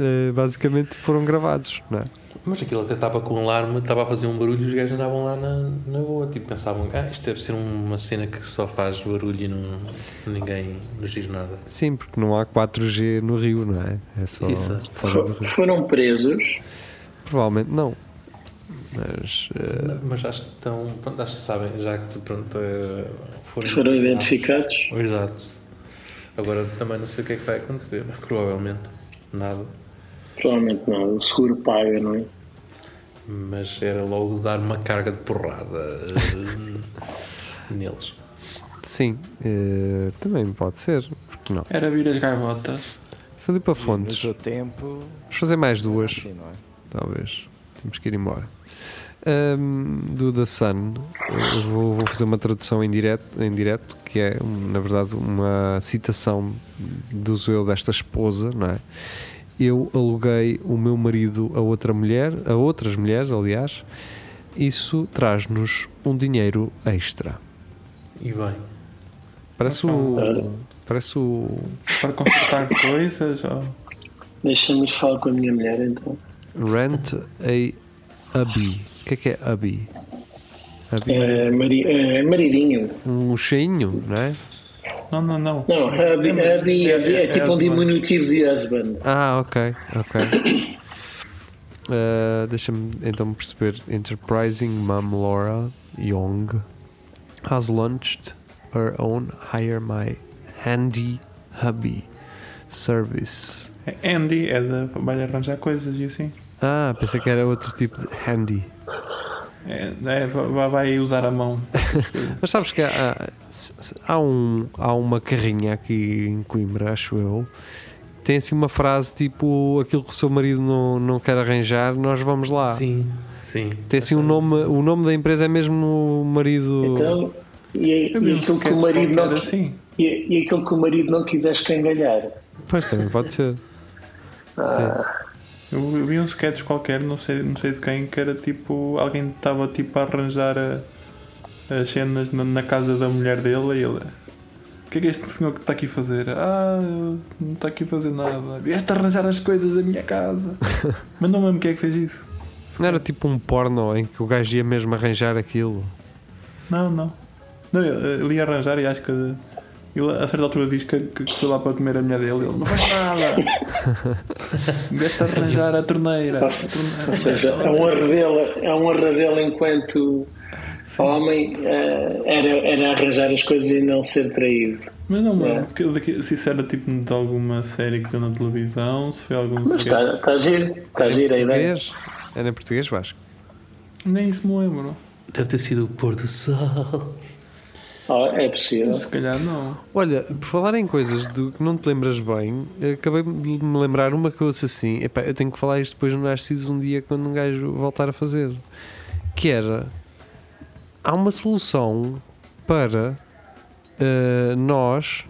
B: Eh, basicamente foram gravados, não é?
D: Mas aquilo até estava com um alarme, estava a fazer um barulho e os gajos andavam lá na, na boa. Tipo, pensavam, ah, isto deve ser uma cena que só faz barulho e não, ninguém nos diz nada.
B: Sim, porque não há 4G no Rio, não é? É só.
D: Isso.
B: fora do
F: Fo-
B: Rio.
F: Foram presos.
B: Provavelmente não. Mas. eh,
D: Não, Mas acho que estão, pronto, acho que sabem, já que pronto, eh, foram,
F: Foram
D: identificados.
F: identificados.
D: Exato. Agora também não sei o que é que vai acontecer, mas provavelmente nada.
F: Provavelmente não. O seguro paga, não é?
D: Mas era logo dar uma carga de porrada eh, (laughs) neles.
B: sim, eh, também pode ser. Porque não?
C: Era vir as gaivotas.
B: Filipe
E: No
B: Fontes,
E: teu tempo,
B: vamos fazer mais duas,
E: assim, não é?
B: talvez. Temos que ir embora. Ahm, do The Sun, eu vou, vou fazer uma tradução em direto, em direto, que é, um, na verdade, uma citação do Zoel desta esposa, não é? Eu aluguei o meu marido a outra mulher, a outras mulheres, aliás. Isso traz-nos um dinheiro extra.
D: E bem. Então, eh,
B: Parece o. Parece o.
C: Para consertar (laughs) coisas ou...
F: Deixa-me ir falar com a minha mulher então.
B: Rent a Abi. O que é que é Abi? Abi
F: É, mari, é, maridinho.
B: um cheinho, não é?
C: Não, não, não.
F: Não, hubby,
C: Não, mas
F: hubby, hubby é,
C: é
F: tipo um
C: husband.
F: diminutivo de husband.
B: Ah, ok, ok. (coughs) Ah, Deixa-me então perceber. Enterprising Mom Laura Young has launched her own Hire My Handy Hubby service.
C: Andy é de vai arranjar coisas e assim.
B: Ah, pensei que era outro tipo de handy.
C: É, é, vai vai usar a mão.
B: Mas sabes que há, há- há um, há uma carrinha aqui em Coimbra, acho eu. Tem assim uma frase tipo: aquilo que o seu marido não, não quer arranjar, nós vamos lá.
D: Sim, sim.
B: Tem assim um nome, o nome da empresa é mesmo o marido.
F: Então, e, e
C: Eu vi um
F: aquilo que o
C: sketch
F: marido
C: qualquer
F: não,
C: assim.
F: e, e aquilo que o marido não quiser escangalhar.
B: Pois também pode ser. Sim.
C: Eu eu vi um sketch qualquer, não sei, não sei de quem, que era tipo. Alguém estava tipo a arranjar a- as cenas na, na casa da mulher dele e ele. O que é que este senhor que está aqui a fazer? Ah, não está aqui a fazer nada. Vieste arranjar as coisas da minha (laughs) casa. Mas não lembro quem é que fez isso.
B: Não era tipo um porno em que o gajo ia mesmo arranjar aquilo.
C: Não, não. Não, ele, ele ia arranjar e acho que. Ele a certa altura diz que, que- que foi lá para comer a mulher dele. Ele não faz nada. Vieste arranjar a torneira.
F: Ou
C: A
F: se-
C: torneira.
F: ou seja, a honra dele, a honra dele enquanto homem eh, era, era arranjar as coisas e não ser traído.
C: Mas não me
F: É.
C: lembro porque daqui- se isso era tipo de alguma série que deu na televisão, se foi algum
F: Mas
C: sketch.
F: está tá giro, está giro a ideia.
B: Português? Era em português, Vasco.
C: Nem isso me lembro.
D: Deve ter sido o pôr do sol.
F: Oh, é possível.
C: Se calhar não.
B: Olha, por falar em coisas do que não te lembras bem, acabei de me lembrar uma coisa assim. Epá, eu tenho que falar isto depois no Narciso um dia quando um gajo voltar a fazer. Que era. Há uma solução para eh, nós,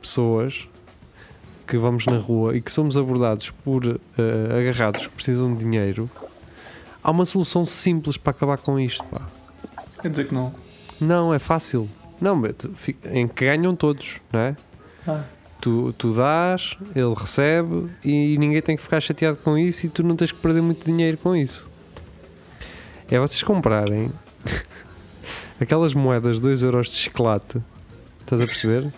B: pessoas, que vamos na rua e que somos abordados por eh, agarrados que precisam de dinheiro. Há uma solução simples para acabar com isto, pá.
C: Quer dizer que não.
B: Não, é fácil. Não, mas tu fi- em que ganham todos, não é?
C: Ah.
B: Tu, tu dás, ele recebe e ninguém tem que ficar chateado com isso e tu não tens que perder muito dinheiro com isso. É vocês comprarem (laughs) aquelas moedas de 2 euros de chocolate. Estás a perceber?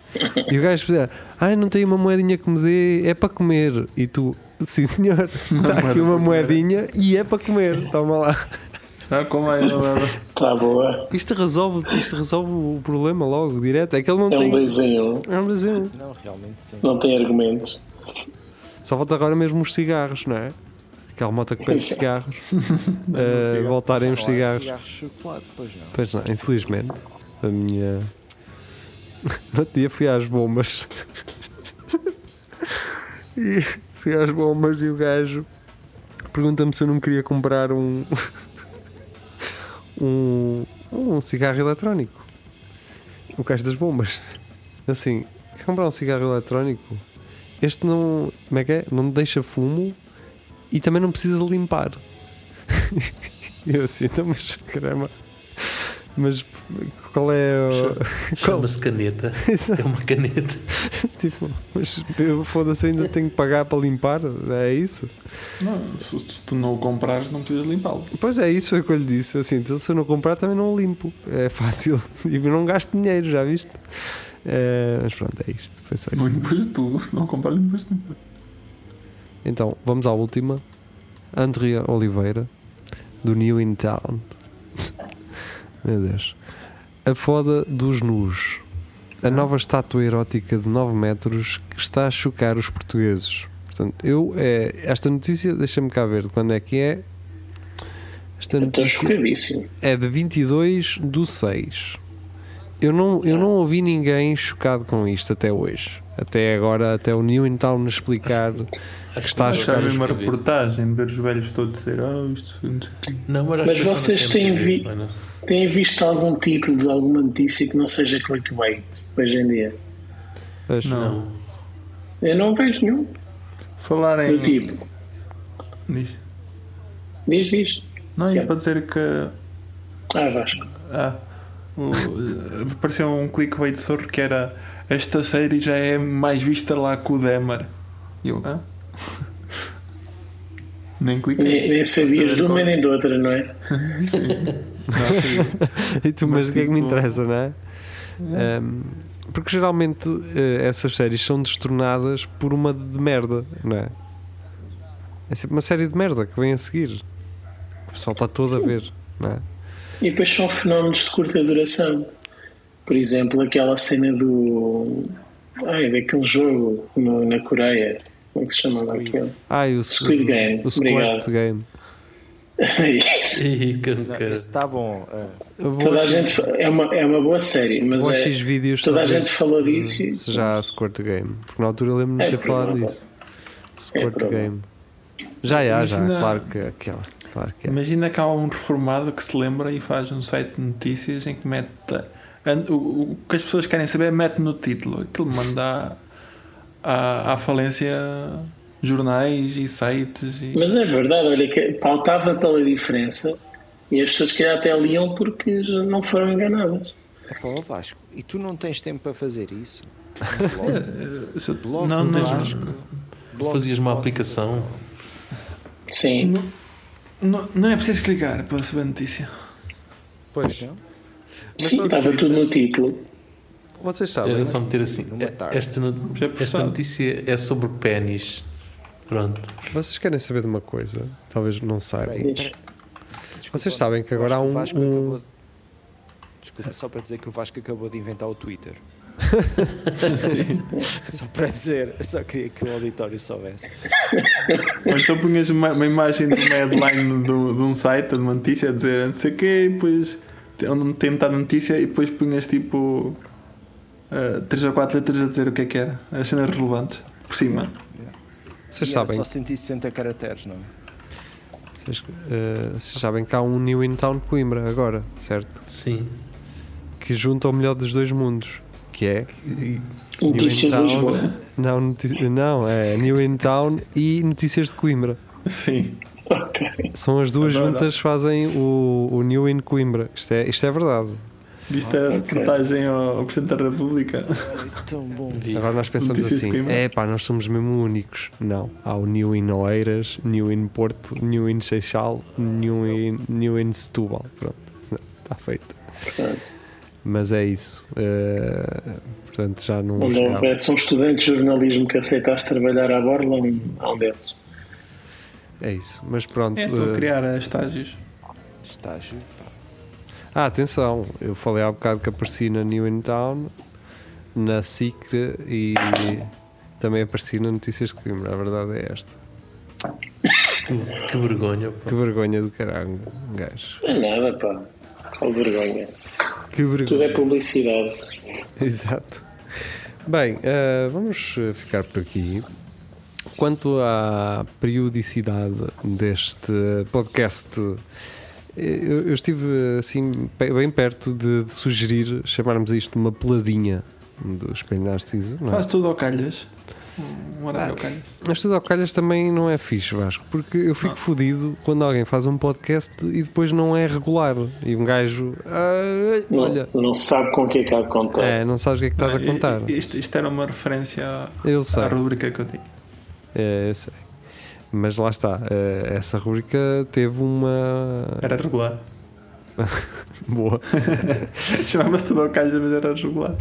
B: E o gajo dizer, ai, não tem uma moedinha que me dê, é para comer. E tu, sim senhor, (laughs) está aqui uma moedinha e é para comer. Toma lá.
C: Ah, como é?
F: Está boa.
B: Isto resolve, isto resolve o problema logo, direto. É que ele não
F: É um
B: tem.
F: dois em um.
B: É um desenho.
E: Não, realmente sim.
F: Não tem argumentos.
B: Só falta agora mesmo os cigarros, não é? Aquela moto que pede
F: Exato.
B: cigarros. Eh, voltarem os
E: Não há
B: cigarros.
E: cigarros de chocolate, pois não.
B: Pois não, infelizmente. A minha. (laughs) No outro dia fui às bombas. (laughs) e fui às bombas e o gajo pergunta-me se eu não queria comprar um. (laughs) um. um cigarro eletrónico. O gajo das bombas. Assim, quer comprar um cigarro eletrónico? Este não. como é que é? Não deixa fumo e também não precisa limpar. (laughs) eu assim, então, mas caramba. Mas qual é o. (laughs)
D: Chama-se caneta. É uma caneta.
B: Tipo, mas eu foda-se, ainda tenho que pagar para limpar, é isso?
C: Não, se, se tu não o comprares, não precisas limpá-lo.
B: Pois é, isso foi o que eu lhe disse. Assim, então, se eu não comprar, também não limpo. É fácil. (laughs) E eu não gasto dinheiro, já viste? Eh, mas pronto, é isto. Foi só isto.
C: Não limpas tu, se não comprar, limpas tu.
B: Então, vamos à última. Andrea Oliveira, do New in Town. (laughs) Meu Deus. A foda dos nus. A nova estátua erótica de 9 metros que está a chocar os portugueses. Portanto, eu, eh, esta notícia, deixa-me cá ver de quando é que é. Esta
F: Eu Estou
B: notícia
F: chocadíssimo.
B: é de 22 do 6. Eu não, eu não ouvi ninguém chocado com isto até hoje. Até agora, até o New in Town explicar Está a
C: Achar
B: chegar.
C: mesmo é uma
D: escrever.
C: reportagem de ver os velhos todos dizer, oh, isto foi não sei o quê.
D: Não, mas acho
F: Mas
D: que é só na
F: vocês
D: CMTV,
F: têm vi-
D: não é?
F: Têm visto algum título de alguma notícia que não seja clickbait hoje em dia?
B: Pois.
C: Não.
F: Eu não vejo nenhum.
C: Falar em.
F: Do tipo,
C: Diz.
F: diz, diz.
C: Não, ia
F: Yeah.
C: para dizer que.
F: Ah, Vasco.
C: Ah, o- apareceu um clickbait sobre que era esta série já é mais vista lá que o Demer. E eu, hã? (laughs) Nem cliquei.
F: Nem, nem sabias
C: É. saber
F: de uma
C: qual-
F: nem de outra, não é?
C: Não sei.
B: (laughs) E tu, mas
C: Mas
B: o que é que me
C: tipo-
B: interessa, não é?
F: Uhum.
B: Um, porque geralmente eh, essas séries são destornadas por uma de merda, não é? É sempre uma série de merda que vem a seguir. O pessoal está todo a ver, não é?
F: E depois são fenómenos de curta duração. Por exemplo, aquela cena do. Ai, daquele jogo no- na Coreia. Como é que se chamava
E: Squid.
F: aquele?
B: Ai, o
F: Squid Game.
B: O Squirt
F: Obrigado.
B: Game.
F: (laughs) Isso.
D: Ih, que-
E: Não,
D: que-
E: esse está bom. ah,
B: Eu vou
F: Toda a
B: aos-
F: gente. fa- É uma, é uma boa série, mas
B: vou aos
F: é.
B: X-vídeos
F: toda a
B: saber
F: gente
B: se-
F: falou disso e-
B: Se já há Squirt Game. Porque na altura eu lembro-me
F: É
B: de ter falado
F: provável.
B: disso. Squirt
F: provável.
B: Game. Já há, já.
C: Imagina-
B: Claro que aquela. Claro que é.
C: Imagina que há um reformado que se lembra e faz um site de notícias em que mete an- o, o que as pessoas querem saber, mete no título. Aquilo manda à, à falência jornais e sites. E...
F: Mas é verdade, olha, que pautava pela diferença e as pessoas que até liam porque já não foram enganadas.
E: pá, ó É Vasco, e tu não tens tempo para fazer isso? Um blog?
C: Se (laughs) eu-
E: Blog
C: não,
E: do
C: não,
E: Vasco. Blog
D: Fazias uma
E: Spot.
D: aplicação.
F: Sim.
C: não, não é preciso clicar para saber a notícia.
B: Pois.
E: não?
F: Sim, estava tudo no título.
B: Vocês sabem.
D: Era só meter assim.
E: numa tarde.
D: Esta, no-
C: Já percebe.
D: esta notícia é sobre pênis. Pronto.
B: Vocês querem saber de uma coisa? Talvez não saibam.
E: Peraí, peraí. Desculpa,
B: Vocês sabem que
E: eu
B: agora
E: acho
B: há
E: o
B: um-
E: Vasco
B: um-
E: acabou de- Desculpa, só para dizer que o Vasco acabou de inventar
B: (laughs)
E: o Twitter. só para dizer, eu só queria que o auditório soubesse.
C: Ou então punhas uma, uma imagem de uma headline do, de um site, de uma notícia, a dizer não sei o quê, e depois te- onde não tem metade da notícia, e depois punhas tipo 3 ou 4 letras a dizer o que é que era, as cenas relevantes, por cima.
B: Vocês
E: E era
B: sabem,
E: Só 160 caracteres, não é?
B: vocês, eh, vocês sabem que há um New In Town de Coimbra agora, certo?
D: Sim.
B: Que junta o melhor dos dois mundos. Que é.
F: Notícias de
B: Town.
F: Lisboa.
B: Não, noti- não é New In Town e Notícias de Coimbra.
C: Sim.
F: (laughs) Ok.
B: São as duas
C: Adoro.
B: juntas que fazem o, o New In Coimbra. Isto é, isto é verdade.
C: Isto é a reportagem ao, ao Presidente da República.
E: Ai, tão bom.
D: Vi.
B: Agora nós pensamos
C: Notícias de
B: assim:
C: Coimbra.
B: é pá, nós somos mesmo únicos. Não. Há o New In Oeiras, New In Porto, New In Seixal, New In, New in Setúbal. Pronto, está feito. Mas é isso. Eh, portanto, já não.
F: Onde
B: chegava.
F: houvesse um estudante de jornalismo que aceitasse trabalhar à borla, um, um deles.
B: É isso. Mas pronto.
C: É, estou a
B: eh,
C: criar eh, estágios.
E: Estágio. pá.
B: Ah, atenção, eu falei há bocado que apareci na New In Town, na SICRE e também apareci na Notícias de Coimbra, a verdade é esta.
D: Que, que vergonha. pá.
B: Que vergonha do caralho, um gajo.
F: Não é nada, pá. Qual vergonha.
B: Que
F: Tudo
B: vergonha.
F: é publicidade.
B: Exato. Bem, ah, vamos ah, ficar por aqui. Quanto à periodicidade deste podcast, eh, eu, eu estive assim pe- bem perto de, de sugerir chamarmos isto uma peladinha do Espelho Narciso. não é?
C: Faz tudo ao calhas. Um horário ao calhas.
B: Mas tudo ao calhas também não é fixe, Vasco, porque eu fico fodido quando alguém faz um podcast e depois não é regular. E um gajo. ah,
F: Não,
B: olha.
F: não se sabe com o que é que há de contar.
B: É, não sabes o que é que estás a contar.
C: E- Isto, isto era uma referência à-
B: Eu sei.
C: à rubrica que eu tinha.
B: É, eu sei. Mas lá está. eh, Essa rubrica teve uma.
C: Era (laughs) regular.
B: Boa.
C: (laughs) Chamava-se tudo ao calhas, mas era regular.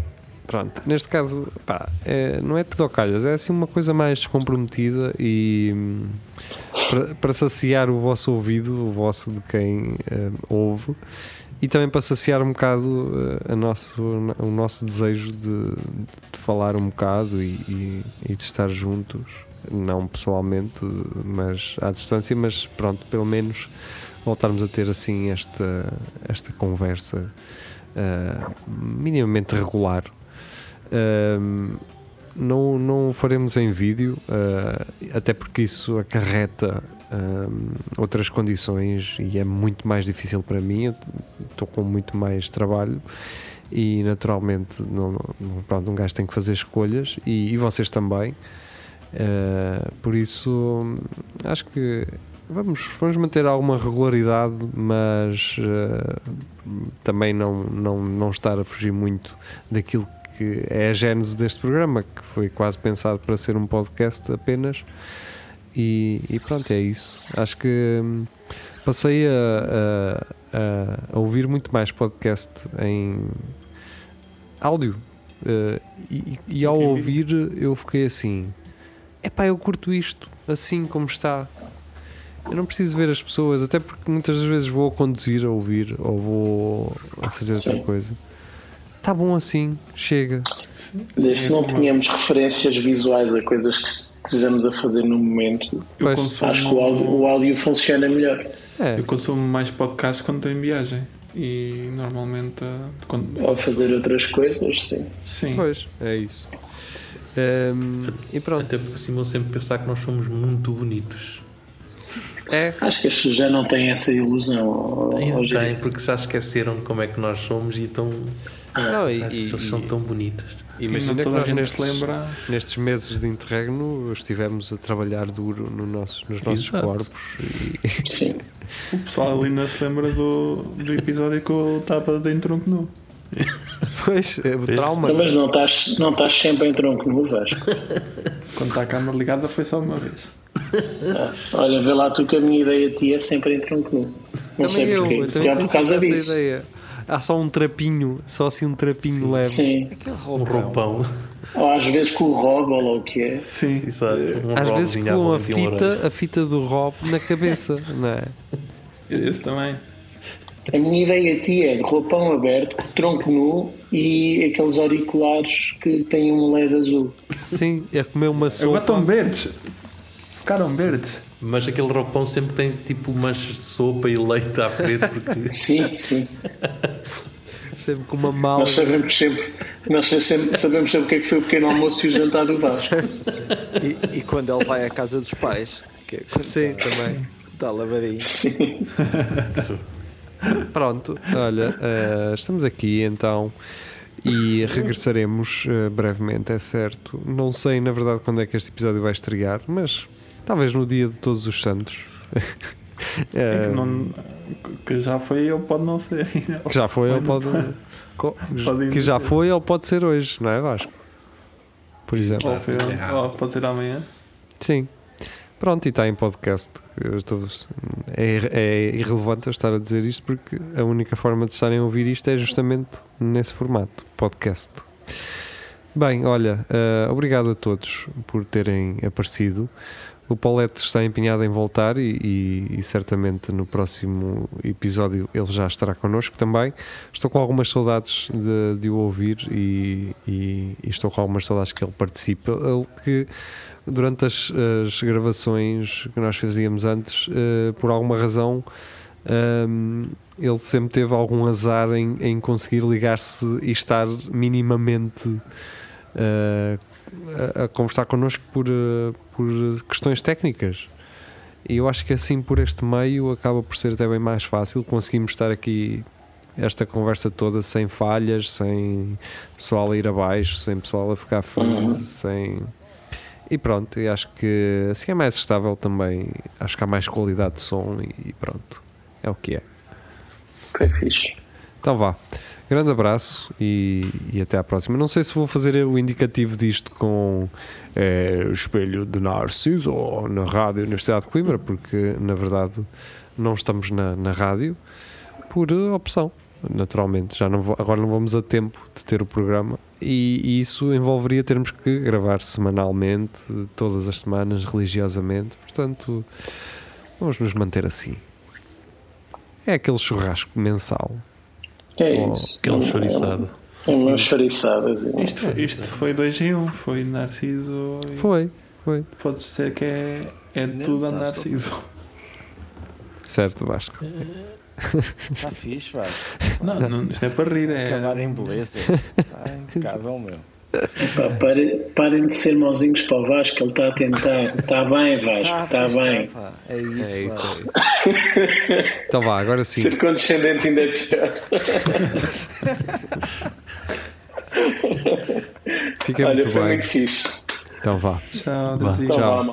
B: Pronto, neste caso, pá, é- não é tudo ao calhas, é assim uma coisa mais descomprometida e hum, para- para saciar o vosso ouvido, o vosso de quem hum, ouve, e também para saciar um bocado eh, a nosso, o nosso desejo de, de falar um bocado e, e- e de estar juntos, não pessoalmente, mas à distância, mas pronto, pelo menos voltarmos a ter assim esta, esta hum, conversa. eh, minimamente regular um, não, não o faremos em vídeo, ah, até porque isso acarreta ahm, outras condições e é muito mais difícil para mim. Eu Estou com muito mais trabalho e naturalmente não, não, pronto, um gajo tem que fazer escolhas e, e vocês também. Ah, por isso, acho que vamos, vamos manter alguma regularidade, mas ah, também não, não, não estar a fugir muito daquilo que é a gênese deste programa, que foi quase pensado para ser um podcast apenas. E, e pronto, é isso. Acho que hum, passei a, a- a- a ouvir muito mais podcast em áudio. Eh, e, e ao ouvir, eu fiquei assim: epá, eu curto isto, assim como está. Eu não preciso ver as pessoas, até porque muitas das vezes vou a conduzir a ouvir ou vou a fazer
F: Sim.
B: outra coisa. Está bom assim, chega.
F: Desde
B: é
F: que não
C: como-
F: tenhamos referências visuais a coisas que estejamos a fazer no momento,
C: Eu
B: Pois,
C: consumo-
F: acho que o áudio, o áudio funciona melhor.
B: É.
C: Eu consumo mais podcasts quando estou em viagem. E normalmente. ah, Quando,
F: Ou fazer outras coisas, sim.
C: sim.
B: Pois, é isso. Ehm, e pronto.
D: Até porque assim vão sempre pensar que nós somos muito bonitos.
B: É,
F: Acho que as pessoas já não têm essa ilusão. ó-
D: Ainda
F: hoje em
D: tem,
F: dia.
D: porque já esqueceram como é que nós somos e estão.
F: Ah,
B: não, e,
D: Eles são
B: e,
D: tão bonitos.
B: e
C: Imagina
B: imagina que
C: toda a
B: nós
C: gente se
B: nestes,
C: lembra.
B: nestes meses de interregno estivemos a trabalhar duro no nosso, nos nossos
D: Exato.
B: corpos.
F: Sim.
C: O pessoal ainda se lembra do, do episódio que eu estava dentro um tronco nu.
B: Pois, é, o trauma.
F: Então, mas não estás, não estás sempre em tronco nu, Vasco.
C: Quando está a câmara ligada foi só uma vez.
F: Ah, Olha, vê lá tu que a minha ideia de ti é sempre em tronco nu. Não
B: Também
F: sei
B: eu,
F: porquê.
B: eu
F: Se
B: também
F: calhar
B: tenho
F: por causa
B: sempre essa
F: disso.
B: ideia. Há só um trapinho, só assim um trapinho leve.
F: Sim.
E: Aquele
D: Um
E: roupão.
D: roupão. (laughs)
F: Ou às vezes com o Rob ou lá o que é.
C: Sim.
D: Exato. Um
B: Às vezes
D: robozinho à
B: com a
D: volta de um laranja.
B: fita, a fita do Rob na cabeça, não é?
C: Esse também.
F: A minha ideia de ti é de roupão aberto, com tronco nu e aqueles auriculares que têm um LED azul.
B: Sim, é comer uma
C: Agora
B: sopa.
C: estão verdes. Ficaram verdes.
D: Mas aquele roupão sempre tem tipo manchas de sopa e leite à frente, porque
F: Sim, sim.
B: Sempre com uma mala.
F: Nós sabemos sempre, nós sempre- sabemos sempre o que é que foi o pequeno almoço e o jantar do Vasco.
E: E, e quando ele vai à casa dos pais, que é quando
B: Sim, também.
E: está lavadinho.
B: Pronto, olha, eh, estamos aqui então e regressaremos eh, brevemente, é certo. Não sei, na verdade, quando é que este episódio vai estrear, mas talvez no dia de Todos os Santos. (laughs)
C: É
B: Eh,
C: que, não- que já foi ou pode não ser.
B: que já foi ou
C: (laughs)
B: pode. co-
C: Pode
B: que já
C: ainda ser.
B: foi ou pode ser hoje, não é, Vasco? Por exemplo.
C: Ou, foi- ou pode ser amanhã.
B: Sim. Pronto, e está em podcast. Eu estou- é, irre- é irrelevante eu estar a dizer isto porque a única forma de estarem a ouvir isto é justamente nesse formato, podcast. Bem, olha, eh, obrigado a todos por terem aparecido. O Paulette está empenhado em voltar e, e- e certamente no próximo episódio ele já estará connosco também. Estou com algumas saudades de, de o ouvir e, e- e estou com algumas saudades que ele participe. Ele que durante as, as gravações que nós fazíamos antes, eh, por alguma razão, ehm, ele sempre teve algum azar em, em conseguir ligar-se e estar minimamente eh, a, a conversar connosco por, eh, por questões técnicas. E eu acho que assim, por este meio, acaba por ser até bem mais fácil. Conseguimos estar aqui esta conversa toda sem falhas, sem pessoal a ir abaixo, sem pessoal a ficar
F: Uhum.
B: freeze, sem. E pronto, eu acho que assim é mais estável também. Acho que há mais qualidade de som e, e pronto. É o que é.
F: Foi fixe.
B: Então vá. Grande abraço e, e até à próxima. Não sei se vou fazer o indicativo disto com eh, o espelho de Narciso ou na rádio Universidade de Coimbra, porque na verdade não estamos na, na rádio por eh, opção, naturalmente. Já não vou- agora não vamos a tempo de ter o programa e, e isso envolveria termos que gravar semanalmente, eh, todas as semanas, religiosamente. Portanto, vamos nos manter assim. É aquele churrasco mensal.
F: É
B: Oh,
F: isso.
D: aquela chouriçada.
F: É uma chouriçada. assim.
C: Isto, foi- isto foi 2 em 1. Um. Foi Narciso. e-
B: Foi, foi.
C: Pode ser que é, é
E: Não,
C: tudo a
E: tá,
C: Narciso.
B: Certo, Vasco.
E: Está Tá fixe, Vasco.
C: Não, não, isto é para rir. É,
E: Acabar em beleza. Está Tá impecável, meu.
F: Pá,
E: é.
F: parem, parem de ser mauzinhos para o Vasco, ele está a tentar. Está bem,
E: Tá,
F: Vasco, está
E: pois
F: bem.
E: tá, pá. É isso,
D: É
E: pá.
D: isso aí.
B: Então vá, agora sim.
F: Ser condescendente ainda é pior.
B: Fica
F: Olha,
B: muito
F: foi
B: bem.
F: muito fixe.
B: Então vá. vá.
C: Tchau, Deus
F: Então
B: Tchau.
F: vá,